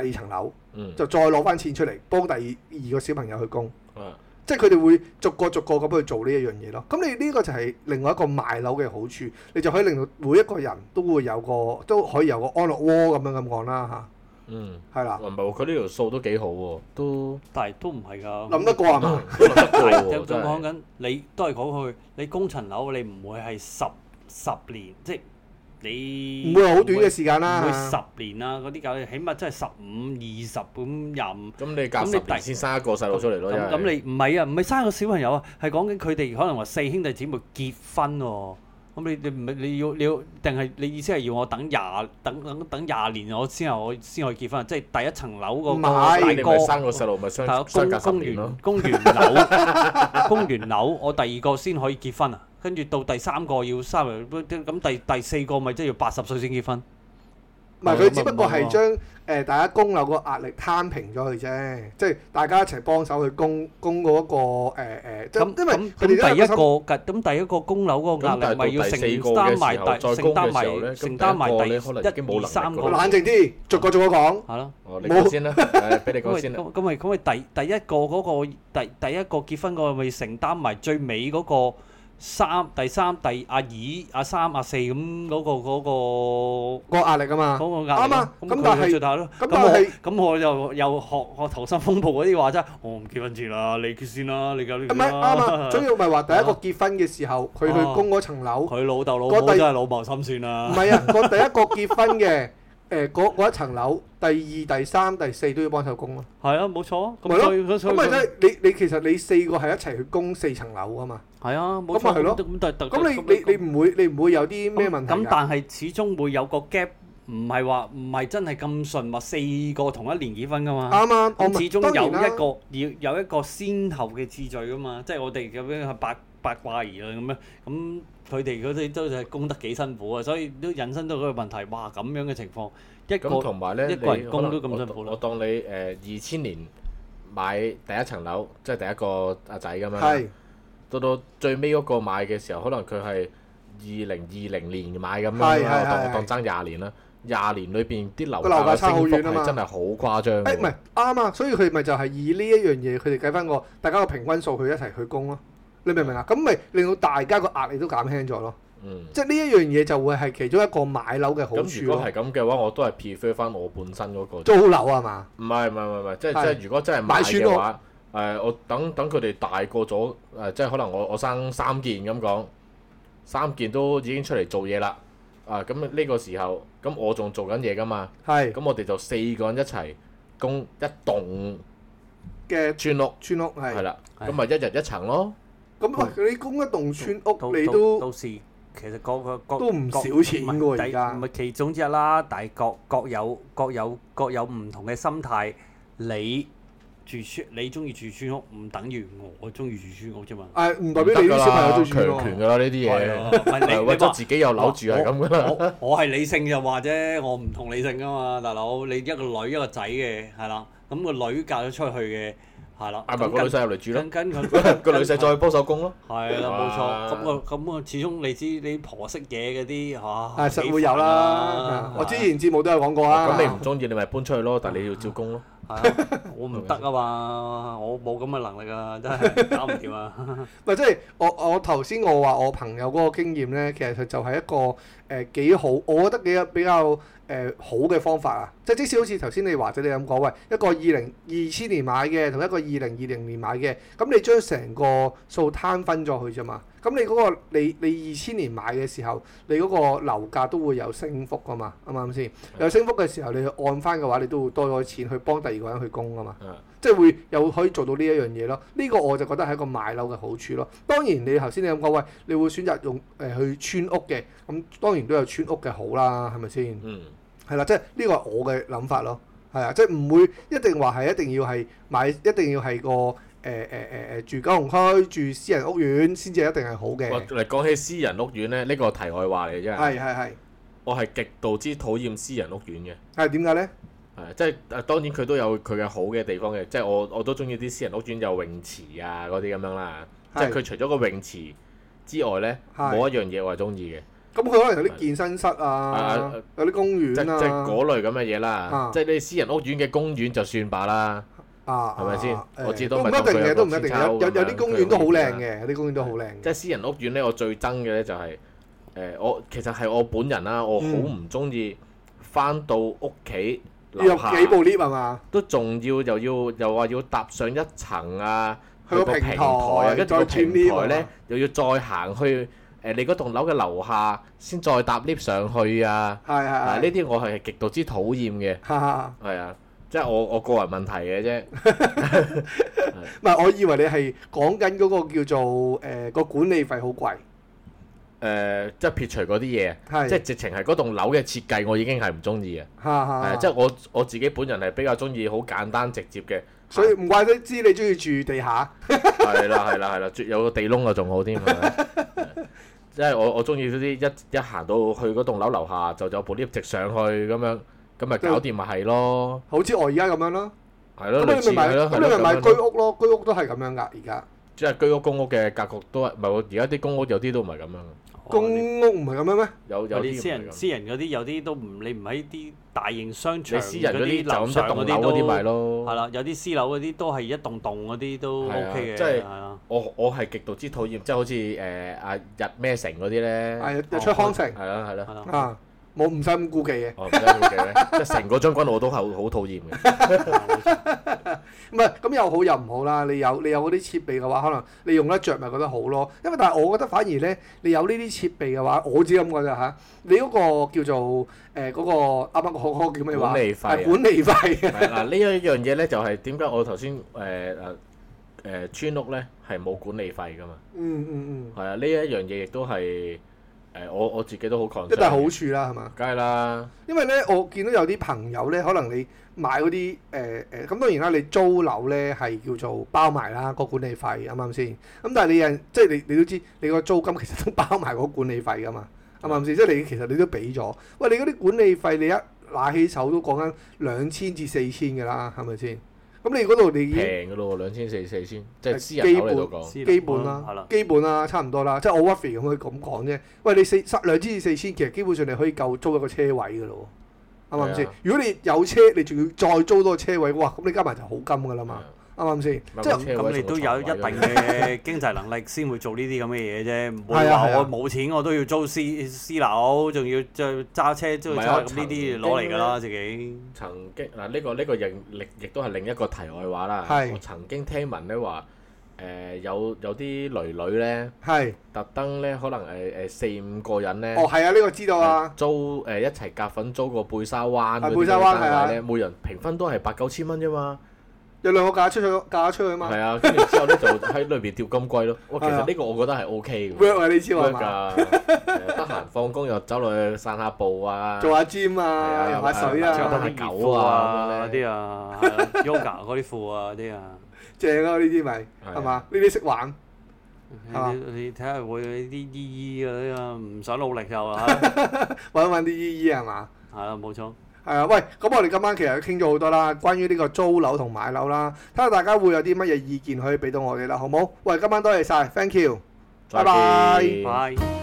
Speaker 1: 第二層樓，
Speaker 2: 嗯，
Speaker 1: 就再攞翻錢出嚟幫第二二個小朋友去供。
Speaker 2: 啊
Speaker 1: 即係佢哋會逐個逐個咁去做呢一樣嘢咯。咁你呢個就係另外一個賣樓嘅好處，你就可以令到每一個人都會有個都可以有個安樂窩咁樣咁講啦
Speaker 2: 嗯，
Speaker 1: 係啦，
Speaker 2: 唔係喎，佢呢條數都幾好喎，都
Speaker 3: 但係都唔係㗎。
Speaker 1: 諗得過係
Speaker 3: 嗯
Speaker 1: 嘛？
Speaker 2: 都諗得過
Speaker 3: 但係
Speaker 2: 喎，
Speaker 3: 就
Speaker 2: 真
Speaker 3: 咁講
Speaker 2: 係。
Speaker 3: 緊，你都係講佢，你工層樓你唔會係十十年，即係你
Speaker 1: 唔會話好短嘅時間啦
Speaker 3: 唔會十年啦，嗰啲搞起碼真係十五、二十咁廿五。
Speaker 2: 咁你隔
Speaker 3: 咁你
Speaker 2: 十年
Speaker 3: 第
Speaker 2: 先生一個細路出嚟咯，
Speaker 3: 咁
Speaker 2: 因為
Speaker 3: 咁你唔係啊，唔係生個小朋友啊，係講緊佢哋可能話四兄弟姊妹結婚喎、咁你你唔係你要你要定係你意思係要我等廿等等等廿年我先後我先可以結婚啊？即係第一層樓嗰
Speaker 1: 唔
Speaker 3: 個
Speaker 1: 係
Speaker 2: 咁
Speaker 3: 大
Speaker 2: 你
Speaker 3: 哥
Speaker 2: 咪。生個細路咪相
Speaker 3: 係啊，
Speaker 2: 相隔
Speaker 3: 公
Speaker 2: 十
Speaker 3: 公
Speaker 2: 年咯
Speaker 3: 園。公園樓，公園樓，我第二個先可以結婚啊，跟住到第三個要三十，咁第第四個咪即係要八十歲先結婚。
Speaker 1: 唔係佢只不過
Speaker 3: 咁啊唔
Speaker 1: 係
Speaker 3: 好喎
Speaker 1: 將誒大家供樓個壓力攤平咗佢啫，即係大家一齊幫手去供供嗰個誒誒，即
Speaker 3: 咁
Speaker 1: 係因為
Speaker 3: 咁
Speaker 1: 佢哋都
Speaker 3: 咁
Speaker 1: 有
Speaker 3: 第一
Speaker 1: 心
Speaker 3: 個咁第一個供樓嗰個壓
Speaker 2: 咁但係
Speaker 3: 力咪要
Speaker 2: 到第
Speaker 3: 承
Speaker 2: 四個
Speaker 3: 擔埋
Speaker 2: 嘅時候
Speaker 3: 第
Speaker 2: 再
Speaker 3: 承
Speaker 2: 供
Speaker 3: 擔
Speaker 2: 嘅時
Speaker 3: 埋
Speaker 2: 候咧咁
Speaker 3: 承
Speaker 2: 第一
Speaker 3: 擔埋
Speaker 2: 個
Speaker 3: 第
Speaker 2: 你可能已經冇
Speaker 3: 一
Speaker 2: 能力
Speaker 3: 二三個
Speaker 2: 㗎啦
Speaker 1: 冷靜啲，逐個逐個講。
Speaker 3: 係咯。
Speaker 2: 哦，你講先啦，誒，俾你
Speaker 3: 咁
Speaker 2: 講
Speaker 3: 咪
Speaker 2: 先啦。
Speaker 3: 咁咁咪咁咪第第一個嗰、個第第一個結婚嗰個咪承擔埋最尾嗰個三第三第阿二阿三阿四咁嗰、個嗰、個。
Speaker 1: 個壓力啊嘛，
Speaker 3: 嗰個壓力
Speaker 1: 啱啊
Speaker 3: 咯。咁
Speaker 1: 咁
Speaker 3: 佢
Speaker 1: 但係
Speaker 3: 就最大咯。
Speaker 1: 咁
Speaker 3: 咁
Speaker 1: 但
Speaker 3: 我
Speaker 1: 係
Speaker 3: 咁我又又學學溏心風暴嗰啲話齋，我唔結婚住啦，你結先啦，你搞呢
Speaker 1: 唔
Speaker 3: 個
Speaker 1: 係啱 啊！總之咪話第一個結婚嘅時候，佢去
Speaker 3: 啊
Speaker 1: 供嗰層樓，唔
Speaker 3: 佢老豆老
Speaker 1: 嗰
Speaker 3: 母
Speaker 1: 第
Speaker 3: 真係老謀深算啦。
Speaker 1: 係啊，個第一個結婚嘅誒嗰嗰一層樓，第二、第三、第四都要幫手供咯。
Speaker 3: 係啊，冇錯啊。
Speaker 1: 咪
Speaker 3: 咁
Speaker 1: 咯
Speaker 3: 所以咁
Speaker 1: 咁
Speaker 3: 所以
Speaker 1: 咪
Speaker 3: 佢
Speaker 1: 即係你你其實你四個係一齊去供四層樓啊嘛。
Speaker 3: 係啊，冇
Speaker 1: 咁咪
Speaker 3: 錯。
Speaker 1: 係咯
Speaker 3: 咁但但
Speaker 1: 咁你你你唔會你唔會有啲咩問題
Speaker 3: 咁
Speaker 1: 㗎？
Speaker 3: 但係始終會有個 gap，唔係話唔係真係咁順話四個同一年結婚噶嘛。
Speaker 1: 啱啊啱，我
Speaker 3: 啊咁
Speaker 1: 咪
Speaker 3: 始終
Speaker 1: 當然啦
Speaker 3: 有一個要有一個先後嘅次序噶嘛，即係我哋咁樣係八八卦兒啦咁樣，咁佢哋嗰啲都係供得幾辛苦啊，所以都引申到嗰個問題，哇咁樣嘅情況，一
Speaker 2: 咁
Speaker 3: 個
Speaker 2: 同埋咧，
Speaker 3: 一個人
Speaker 2: 你
Speaker 3: 供
Speaker 2: 可能
Speaker 3: 都咁
Speaker 2: 我
Speaker 3: 辛
Speaker 2: 當
Speaker 3: 苦啦
Speaker 2: 我當你誒二千年買第一層樓，即係第一個阿仔咁樣啦。
Speaker 1: 係
Speaker 2: 到到最尾嗰個買嘅時候，可能佢係二零二零年買咁樣
Speaker 1: 係係
Speaker 2: 啦，
Speaker 1: 係
Speaker 2: 我當當爭廿年啦。廿年裏邊啲樓
Speaker 1: 個樓價
Speaker 2: 價嘅
Speaker 1: 差好
Speaker 2: 升幅
Speaker 1: 遠啊嘛
Speaker 2: 係真係好誇
Speaker 1: 誒唔
Speaker 2: 張㗎
Speaker 1: 係啱啊！所以佢咪就係以呢一樣嘢，佢哋計翻個大家個平均數去一齊去供咯。你明唔明啊？咁咪令到大家個壓力都減輕咗咯。
Speaker 2: 嗯。
Speaker 1: 即係呢一樣嘢就會係其中一個買樓嘅好
Speaker 2: 咁
Speaker 1: 處
Speaker 2: 如果係
Speaker 1: 咯。
Speaker 2: 咁嘅話，我都係 prefer 翻我本身嗰個。
Speaker 1: 租樓啊嘛，
Speaker 2: 唔係唔係唔係唔係，即係
Speaker 1: 係
Speaker 2: 即係如果真係買
Speaker 1: 買
Speaker 2: 嘅
Speaker 1: 村
Speaker 2: 話，誒、我等等佢哋大個咗，誒、即係可能我我生三件咁講，三件都已經出嚟做嘢啦，啊咁呢個時候，咁我仲做緊嘢噶嘛，
Speaker 1: 係
Speaker 2: 咁我哋就四個人一齊供一棟
Speaker 1: 嘅
Speaker 2: 村屋，
Speaker 1: 村屋
Speaker 2: 係
Speaker 1: 係。
Speaker 2: 啦，
Speaker 3: 係
Speaker 2: 咁咪一日一層咯，
Speaker 1: 咁喂，你供一棟村
Speaker 3: 到
Speaker 1: 屋，你
Speaker 3: 到
Speaker 1: 都
Speaker 3: 到時其實各個各
Speaker 1: 都唔
Speaker 3: 各
Speaker 1: 少錢㗎喎
Speaker 3: 唔係
Speaker 1: 而家
Speaker 3: 第唔係其中之一啦，但係各各有各有各有唔同嘅心態，你住村你中意住村屋，唔等於我中意住村屋啫嘛。
Speaker 1: 誒啊唔代表你啲小朋友都住
Speaker 2: 強權
Speaker 1: 喎。
Speaker 2: 噶啦呢啲
Speaker 3: 係啊
Speaker 2: 嘢，
Speaker 3: 唔係你
Speaker 2: 誒
Speaker 3: 你
Speaker 2: 或者
Speaker 3: 話
Speaker 2: 自己有樓住係咁噶啦，
Speaker 3: 我我我係理性就話啫，我唔同理性噶嘛，大佬你一個女一個仔嘅係啦，咁個女嫁咗出去嘅係啦，
Speaker 2: 嗌埋
Speaker 3: 咁
Speaker 2: 啊個女仔入嚟住咯
Speaker 3: 跟，跟跟 佢
Speaker 2: 個女仔再幫手供咯。
Speaker 3: 係啦
Speaker 2: 哇
Speaker 3: 冇錯，咁我咁我始終你知你婆媳嘢嗰啲嚇，
Speaker 2: 啊
Speaker 1: 係實會有啦
Speaker 3: 幾煩啊。
Speaker 1: 我之前節目都有講過啊。
Speaker 2: 咁你唔中意你咪搬出去咯，但係你要照供咯。
Speaker 3: 係啊我唔得啊嘛，我冇咁嘅能力啊，真係搞唔 掂啊，
Speaker 1: 唔係即係我我頭先我話我朋友嗰個經驗咧，其實就係一個誒、呃、幾好，我覺得幾比較誒、呃好嘅方法啊！即係即使好似頭先你或者你咁講，喂一個二零二千年買嘅同一個二零二零年買嘅，咁你將成個數攤分咗佢啫嘛。咁你嗰、個你你二千年買嘅時候，你嗰個樓價都會有升幅噶嘛，啱唔啱先？有升幅嘅時候，你去按翻嘅話，你都會多咗錢去幫第二個人去供噶嘛。即係會又可以做到呢一樣嘢咯。呢、個我就覺得係一個買樓嘅好處咯。當然你頭先你咁講，喂，你會選擇用誒、呃去村屋嘅，咁當然都有村屋嘅好啦，係咪先？
Speaker 2: 嗯，
Speaker 1: 係啦，即係呢個係我嘅諗法咯。係啊，即係唔會一定話係一定要係買，一定要係個呃誒誒誒誒呃住九龍區住私人屋苑先至一定係好嘅。
Speaker 2: 我嚟講起私人屋苑咧，呢個題外話嚟啫。
Speaker 1: 係係係
Speaker 2: 我係極度之討厭私人屋苑嘅，
Speaker 1: 係點解咧？
Speaker 2: 係啊即係誒當然佢都有佢嘅好嘅地方嘅，即係我我都中意啲私人屋苑有泳池啊嗰啲咁樣啦。即係
Speaker 1: 係
Speaker 2: 佢除咗個泳池之外咧，
Speaker 1: 係
Speaker 2: 冇一樣嘢我係中意嘅，
Speaker 1: 咁佢可能有啲
Speaker 2: 係
Speaker 1: 健身室
Speaker 2: 啊
Speaker 1: 啊，有啲公
Speaker 2: 即即
Speaker 1: 園
Speaker 2: 係
Speaker 1: 啊，
Speaker 2: 嗰類咁嘅嘢
Speaker 1: 啊
Speaker 2: 啦。即係你私人屋苑嘅公園就算罷啦。
Speaker 1: 啊
Speaker 2: 係咪先
Speaker 1: 啊
Speaker 2: 我知
Speaker 1: 誒
Speaker 2: 都
Speaker 1: 都唔
Speaker 2: 咪當
Speaker 1: 一定
Speaker 2: 佢
Speaker 1: 嘅，
Speaker 2: 有
Speaker 1: 都唔
Speaker 2: 個
Speaker 1: 一定
Speaker 2: 設
Speaker 1: 嘅。有
Speaker 2: 施
Speaker 1: 有有啲
Speaker 2: 啦
Speaker 1: 公
Speaker 2: 佢
Speaker 1: 園都好
Speaker 2: 有
Speaker 1: 靚
Speaker 2: 公
Speaker 1: 嘅，有啲公園都好靚嘅。
Speaker 2: 即係私人屋苑咧，我最憎嘅咧就係、
Speaker 1: 嗯
Speaker 2: 誒、我其實係我本人啦，我好唔中意翻到屋企
Speaker 1: 要有
Speaker 2: 樓下
Speaker 1: 幾部 lift 係嘛？
Speaker 2: 都仲要又要又話要搭上一層啊，
Speaker 1: 去個
Speaker 2: 個
Speaker 1: 平
Speaker 2: 平
Speaker 1: 台
Speaker 2: 啊，跟住個
Speaker 1: 再轉
Speaker 2: 平
Speaker 1: lift
Speaker 2: 台
Speaker 1: 啊
Speaker 2: 咧又要再行去誒、你嗰棟樓嘅樓下，先再搭 lift 上去啊！
Speaker 1: 係
Speaker 2: 嗱
Speaker 1: 係
Speaker 2: 呢
Speaker 1: 係，
Speaker 2: 啲我係極度之討厭嘅，
Speaker 1: 哈哈，
Speaker 2: 係啊，即係我我個人問題嘅啫。
Speaker 1: 唔係我以為你係講緊嗰個叫做誒個管理費好貴，
Speaker 2: 誒、呃即係撇除嗰啲嘢，
Speaker 1: 係
Speaker 2: 即係直情係嗰棟樓嘅設計，我已經係唔中意嘅。
Speaker 1: 哈
Speaker 2: 係、啊
Speaker 1: 哈，
Speaker 2: 即係我我自己本人係比較中意好簡單直接嘅。
Speaker 1: 所以唔怪得知你中意住地下，
Speaker 2: 係啦係啦係啦，絕有個地窿啊，仲好添。係 咪即係我我中意嗰啲一一行到去嗰棟樓樓下就有部 lift 直上去咁樣，咁咪搞掂咪係咯，
Speaker 1: 好似我而家咁樣咯。
Speaker 2: 係咯，
Speaker 1: 咁
Speaker 2: 類
Speaker 1: 你
Speaker 2: 似
Speaker 1: 咪買，
Speaker 2: 係咯，
Speaker 1: 咁你
Speaker 2: 係咯
Speaker 1: 咪
Speaker 2: 哦咁
Speaker 1: 買
Speaker 2: 樣
Speaker 1: 居
Speaker 2: 咯。
Speaker 1: 屋咯，居屋都係咁樣㗎而家。
Speaker 2: 即係居屋公屋嘅格局都係唔係？我而家啲公屋有啲都唔係咁樣嘅，
Speaker 1: 公屋唔係咁樣咩？
Speaker 2: 有有啲
Speaker 3: 有啲
Speaker 2: 唔
Speaker 3: 私
Speaker 2: 係咁
Speaker 3: 人私人嗰啲有啲都唔，你唔喺啲大型商場
Speaker 2: 你私人嗰啲就
Speaker 3: 樓
Speaker 2: 咁一
Speaker 3: 上
Speaker 2: 棟
Speaker 3: 嗰
Speaker 2: 樓
Speaker 3: 啲
Speaker 2: 嗰啲咪
Speaker 3: 都係
Speaker 2: 咯。
Speaker 3: 啦，有啲私樓嗰啲都係一棟棟嗰啲都
Speaker 2: 係啊
Speaker 3: OK 嘅，
Speaker 2: 即係
Speaker 3: 係啊，
Speaker 2: 我我係極度之討厭，即係好似誒阿日咩城嗰啲咧，
Speaker 1: 係
Speaker 2: 係
Speaker 1: 又又出康城
Speaker 2: 啦係啦，
Speaker 3: 係啦，
Speaker 1: 啊，冇唔使咁顧忌嘅。
Speaker 2: 我唔知點解嘅，即係成個將軍我都係好好討厭嘅。
Speaker 1: 唔係咁又好又唔好啦。你有你有嗰啲設備嘅話，可能你用得着咪覺得好咯。因為但係我覺得反而咧，你有呢啲設備嘅話，我自己咁覺得嚇，你嗰個叫做誒嗰個啱啱嗰嗰個叫咩話？
Speaker 2: 管理費啊
Speaker 1: 係管理費。
Speaker 2: 係嗱，呢一樣嘢咧就係點解我頭先呃誒誒誒村屋咧係冇管理費噶嘛？
Speaker 1: 嗯嗯
Speaker 2: 係啊，呢一樣嘢亦都係誒我我自己都好
Speaker 1: 嗯，
Speaker 2: 抗
Speaker 1: 一大好處啦，係嘛？
Speaker 2: 梗係啦，
Speaker 1: 因為咧，我見到有啲朋友咧，可能你買嗰啲誒誒，咁、當然啦，你租樓咧係叫做包埋啦個管理費，啱唔啱先？咁但係你有人即係你你都知，你個租金其實都包埋個管理費噶嘛，啱唔啱先？即係你其實你都俾咗，喂，你嗰啲管理費你一拿起手都講緊兩千至四千㗎啦，係咪先？咁你嗰度你已經
Speaker 2: 平嘅咯，兩千四四先，即係私
Speaker 1: 基
Speaker 2: 人樓
Speaker 1: 本
Speaker 2: 嚟到講，
Speaker 1: 基本
Speaker 2: 嗯
Speaker 1: 啦
Speaker 3: 係啦，，
Speaker 1: 基本啦，差唔多啦，即係我 Waffy 咁樣咁講啫。喂，你四三兩千至四千，其實基本上你可以夠租一個車位嘅咯喎，啱唔啱
Speaker 2: 係
Speaker 1: 先
Speaker 2: 啊？
Speaker 1: 如果你有車，你仲要再租多個車位，哇！咁你加埋就好金嘅啦
Speaker 2: 啊
Speaker 1: 嘛，啱唔啱先？
Speaker 2: 咪
Speaker 1: 即係
Speaker 2: 車
Speaker 3: 咁
Speaker 2: 位
Speaker 3: 你
Speaker 2: 同
Speaker 3: 都
Speaker 2: 個
Speaker 3: 有一
Speaker 2: 床
Speaker 3: 定
Speaker 2: 位咁樣
Speaker 3: 嘅經濟能力先會做呢啲咁嘅嘢啫，唔
Speaker 1: 係
Speaker 3: 會
Speaker 1: 啊
Speaker 3: 話
Speaker 1: 係啊
Speaker 3: 我冇錢我都要租私私樓，仲要再揸車租
Speaker 2: 唔係
Speaker 3: 揸
Speaker 2: 啊
Speaker 3: 咁呢啲攞嚟㗎啦自己。
Speaker 2: 曾經嗱呢個呢個亦亦亦都係另一個題外話啦。
Speaker 1: 係
Speaker 2: 我曾經聽聞咧話誒有有啲女女咧
Speaker 1: 係，
Speaker 2: 特登咧可能誒誒四五個人咧。
Speaker 1: 哦係啊，呢個知道啊，
Speaker 2: 租誒一齊夾份租個貝沙灣
Speaker 1: 係
Speaker 2: 嗰
Speaker 1: 貝
Speaker 2: 啲
Speaker 1: 沙灣係啊
Speaker 2: 單位咧，每人平均都係八九千蚊啫嘛。
Speaker 1: 有兩個嫁出去，嫁咗出去啊嘛
Speaker 2: 係啊，跟住之後咧就喺裏邊釣金龜咯。哇，其
Speaker 1: 係啊
Speaker 2: 實呢個我覺得係 O K 嘅
Speaker 1: ，work 啊呢次係
Speaker 2: ，work
Speaker 1: 嘛？
Speaker 2: 㗎。誒得閒放工又走落去散下步啊，
Speaker 1: 做下 gym 啊，
Speaker 2: 係啊
Speaker 1: 游下水
Speaker 2: 係
Speaker 3: 着
Speaker 2: 啊
Speaker 3: 多
Speaker 1: 啊
Speaker 2: 係，
Speaker 3: 啲熱褲啊嗰啲啊係啊，yoga 嗰啲褲啊嗰啲啊，
Speaker 1: 正啊呢啲咪
Speaker 2: 係啊
Speaker 1: 係嘛？呢啲識玩，啊
Speaker 3: 你你睇下會啲姨姨嗰啲啊，唔想努力就啊，
Speaker 1: 揾揾啲姨姨係嘛？
Speaker 3: 係啦冇錯，
Speaker 1: 係啊，喂，咁我哋今晚其實傾咗好多啦，關於呢個租樓同買樓啦，睇下大家會有啲乜嘢意見可以俾到我哋啦，好冇？喂，今晚多謝晒 t h a n k you。拜拜
Speaker 2: 再見
Speaker 3: 拜。